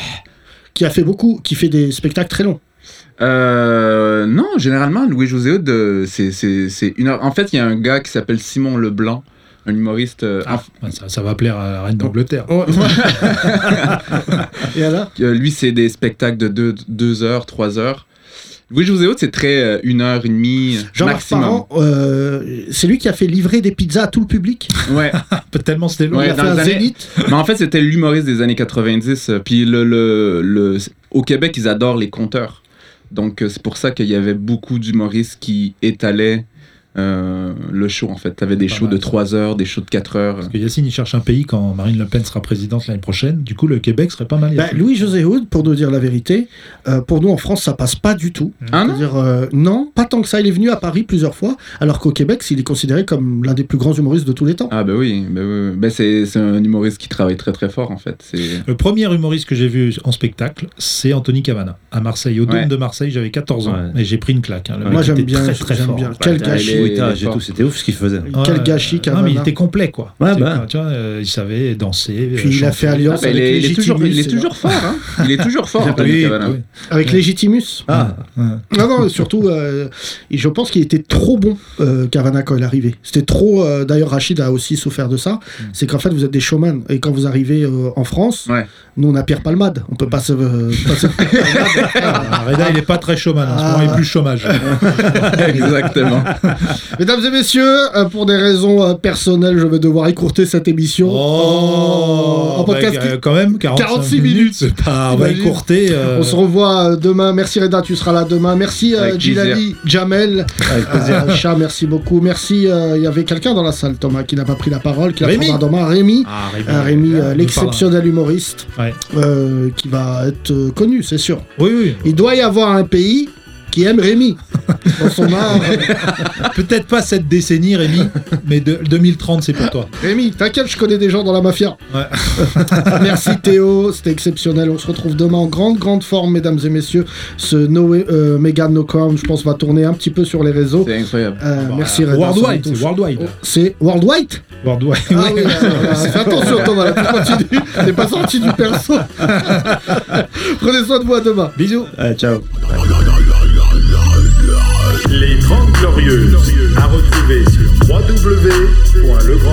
Speaker 3: Qui a fait beaucoup, qui fait des spectacles très longs.
Speaker 6: Euh, non, généralement, Louis-José Hood, euh, c'est- c'est c'est une heure. En fait, il y a un gars qui s'appelle Simon Leblanc, un humoriste. euh,
Speaker 4: Ah, oh, ça, ça va plaire à la reine d'Angleterre.
Speaker 3: Et alors
Speaker 6: Euh, lui, c'est des spectacles de 2 deux, deux heures, 3 heures. Louis José Haute, c'est très 1 une heure et demie
Speaker 3: Jean-Marc
Speaker 6: maximum.
Speaker 3: Parent, euh, c'est lui qui a fait livrer des pizzas à tout le public.
Speaker 6: Ouais.
Speaker 4: Peut- Tellement c'était long.
Speaker 6: Ouais,
Speaker 3: il a
Speaker 6: dans
Speaker 3: fait un
Speaker 6: les années-
Speaker 3: zénith.
Speaker 6: Mais en fait, c'était l'humoriste des années 90. euh, Puis le, le, le- au Québec, ils adorent les conteurs. Donc, euh, c'est pour ça qu'il y avait beaucoup d'humoristes qui étalaient euh, le show, en fait. T'avais des
Speaker 4: C'est pas
Speaker 6: shows
Speaker 4: mal,
Speaker 6: de
Speaker 4: ça.
Speaker 6: 3 heures, des shows de 4 heures.
Speaker 4: Parce que Yacine, il cherche un pays quand Marine Le Pen sera présidente l'année prochaine. Du coup, le Québec serait pas mal.
Speaker 3: Bah,
Speaker 4: Yacine.
Speaker 3: Louis-José Hood, pour nous dire la vérité, euh, pour nous en France, ça passe pas du tout.
Speaker 6: Ah non
Speaker 3: C'est-à-dire, euh, non, pas tant que ça. Il est venu à Paris plusieurs fois, alors qu'au Québec, il est considéré comme l'un des plus grands humoristes de tous les temps.
Speaker 6: Ah, ben oui. Ben, oui, oui. Ben, c'est c'est un humoriste qui travaille très, très fort, en fait. C'est-
Speaker 4: Le premier humoriste que j'ai vu en spectacle, c'est Anthony Cavana, à Marseille. Au
Speaker 6: Ouais.
Speaker 4: Dôme de Marseille, j'avais 14 ans.
Speaker 5: Ouais.
Speaker 4: Et j'ai pris une claque. hein. Le
Speaker 3: Moi,
Speaker 4: mec
Speaker 3: j'aime
Speaker 4: était
Speaker 3: bien.
Speaker 4: Très, très
Speaker 3: j'aime
Speaker 4: fort.
Speaker 3: bien. Quel
Speaker 5: Ah,
Speaker 6: t'as
Speaker 3: gâchis.
Speaker 6: les-
Speaker 5: bruitages
Speaker 6: il est
Speaker 5: et tout,
Speaker 6: fort.
Speaker 5: c'était ouf ce qu'il faisait.
Speaker 3: Quel
Speaker 4: Ouais,
Speaker 3: gâchis,
Speaker 4: ouais, mais il
Speaker 3: Cavana.
Speaker 4: était complet, quoi.
Speaker 5: Ouais,
Speaker 4: C'est
Speaker 5: bah.
Speaker 4: quoi, tu vois, euh, il savait danser. euh,
Speaker 3: Puis il a
Speaker 4: chanter.
Speaker 3: fait
Speaker 6: Ah,
Speaker 3: alliance
Speaker 6: ben, il,
Speaker 3: avec
Speaker 6: est, il est
Speaker 3: Légitimus.
Speaker 6: toujours, il est
Speaker 3: c'est
Speaker 6: toujours fort, hein. Il est toujours fort, Anthony
Speaker 4: Oui,
Speaker 6: Cavana.
Speaker 4: oui.
Speaker 3: là. Avec Légitimus.
Speaker 5: Ah,
Speaker 4: Ouais.
Speaker 3: Non, non, surtout, euh, je pense qu'il était trop bon, euh, Cavana, quand il arrivait. C'était trop. euh, D'ailleurs, Rachid a aussi souffert de ça. C'est qu'en fait, vous êtes des showman. Et quand vous arrivez euh, en France,
Speaker 6: Ouais.
Speaker 3: nous, on a Pierre Palmade. On peut pas se. euh, pas se-
Speaker 4: Ah, Reda, il est pas très chômage. En ce
Speaker 3: Ah.
Speaker 4: moment, il est plus chômage.
Speaker 6: Exactement.
Speaker 3: Mesdames et messieurs, euh, pour des raisons euh, personnelles, je vais devoir écourter cette émission. en
Speaker 4: bah,
Speaker 3: podcast.
Speaker 4: euh, quand même, 45,
Speaker 3: 46
Speaker 4: minutes.
Speaker 3: minutes.
Speaker 4: c'est pas, on va
Speaker 3: Imagine.
Speaker 4: écourter. euh,
Speaker 3: On se revoit euh, demain. Merci Reda, tu seras là demain. Merci euh,
Speaker 6: Avec
Speaker 3: Jilali, Jamel, euh, Aïcha, merci beaucoup. Merci, euh, il y avait quelqu'un dans la salle, Thomas, qui n'a pas pris la parole, qui la
Speaker 4: Rémi.
Speaker 3: prendra demain. Rémi.
Speaker 4: Ah,
Speaker 3: Euh, Rémi,
Speaker 4: là,
Speaker 3: euh,
Speaker 4: on nous
Speaker 3: l'exceptionnel humoriste,
Speaker 4: parle. Ouais.
Speaker 3: euh, qui va être euh, connu, c'est sûr.
Speaker 4: Oui, oui.
Speaker 3: Il doit y avoir un pays qui aime Rémi. Dans son art, euh,
Speaker 4: Peut-être pas cette décennie, Rémi, mais de- 2030, c'est pour toi.
Speaker 3: Rémi, t'inquiète, je connais des gens dans la mafia.
Speaker 4: Ouais.
Speaker 3: Merci Théo, c'était exceptionnel. On se retrouve demain en grande, grande forme, mesdames et messieurs. Ce no Way- euh, Mega No Crown, je pense, va tourner un petit peu sur les réseaux.
Speaker 6: C'est incroyable.
Speaker 3: Euh,
Speaker 4: Bah,
Speaker 3: merci Reda.
Speaker 4: Worldwide,
Speaker 3: ça me
Speaker 4: c'est
Speaker 3: touche.
Speaker 4: Worldwide.
Speaker 3: C'est Worldwide
Speaker 4: Worldwide.
Speaker 3: Ah oui, euh, euh, fais attention Thomas, là, tu continues. T'es pas sorti du perso. Prenez soin de vous à demain.
Speaker 4: Bisous.
Speaker 5: Allez, Ah, ciao.
Speaker 7: Les 30 Glorieuses, à retrouver sur www.legrand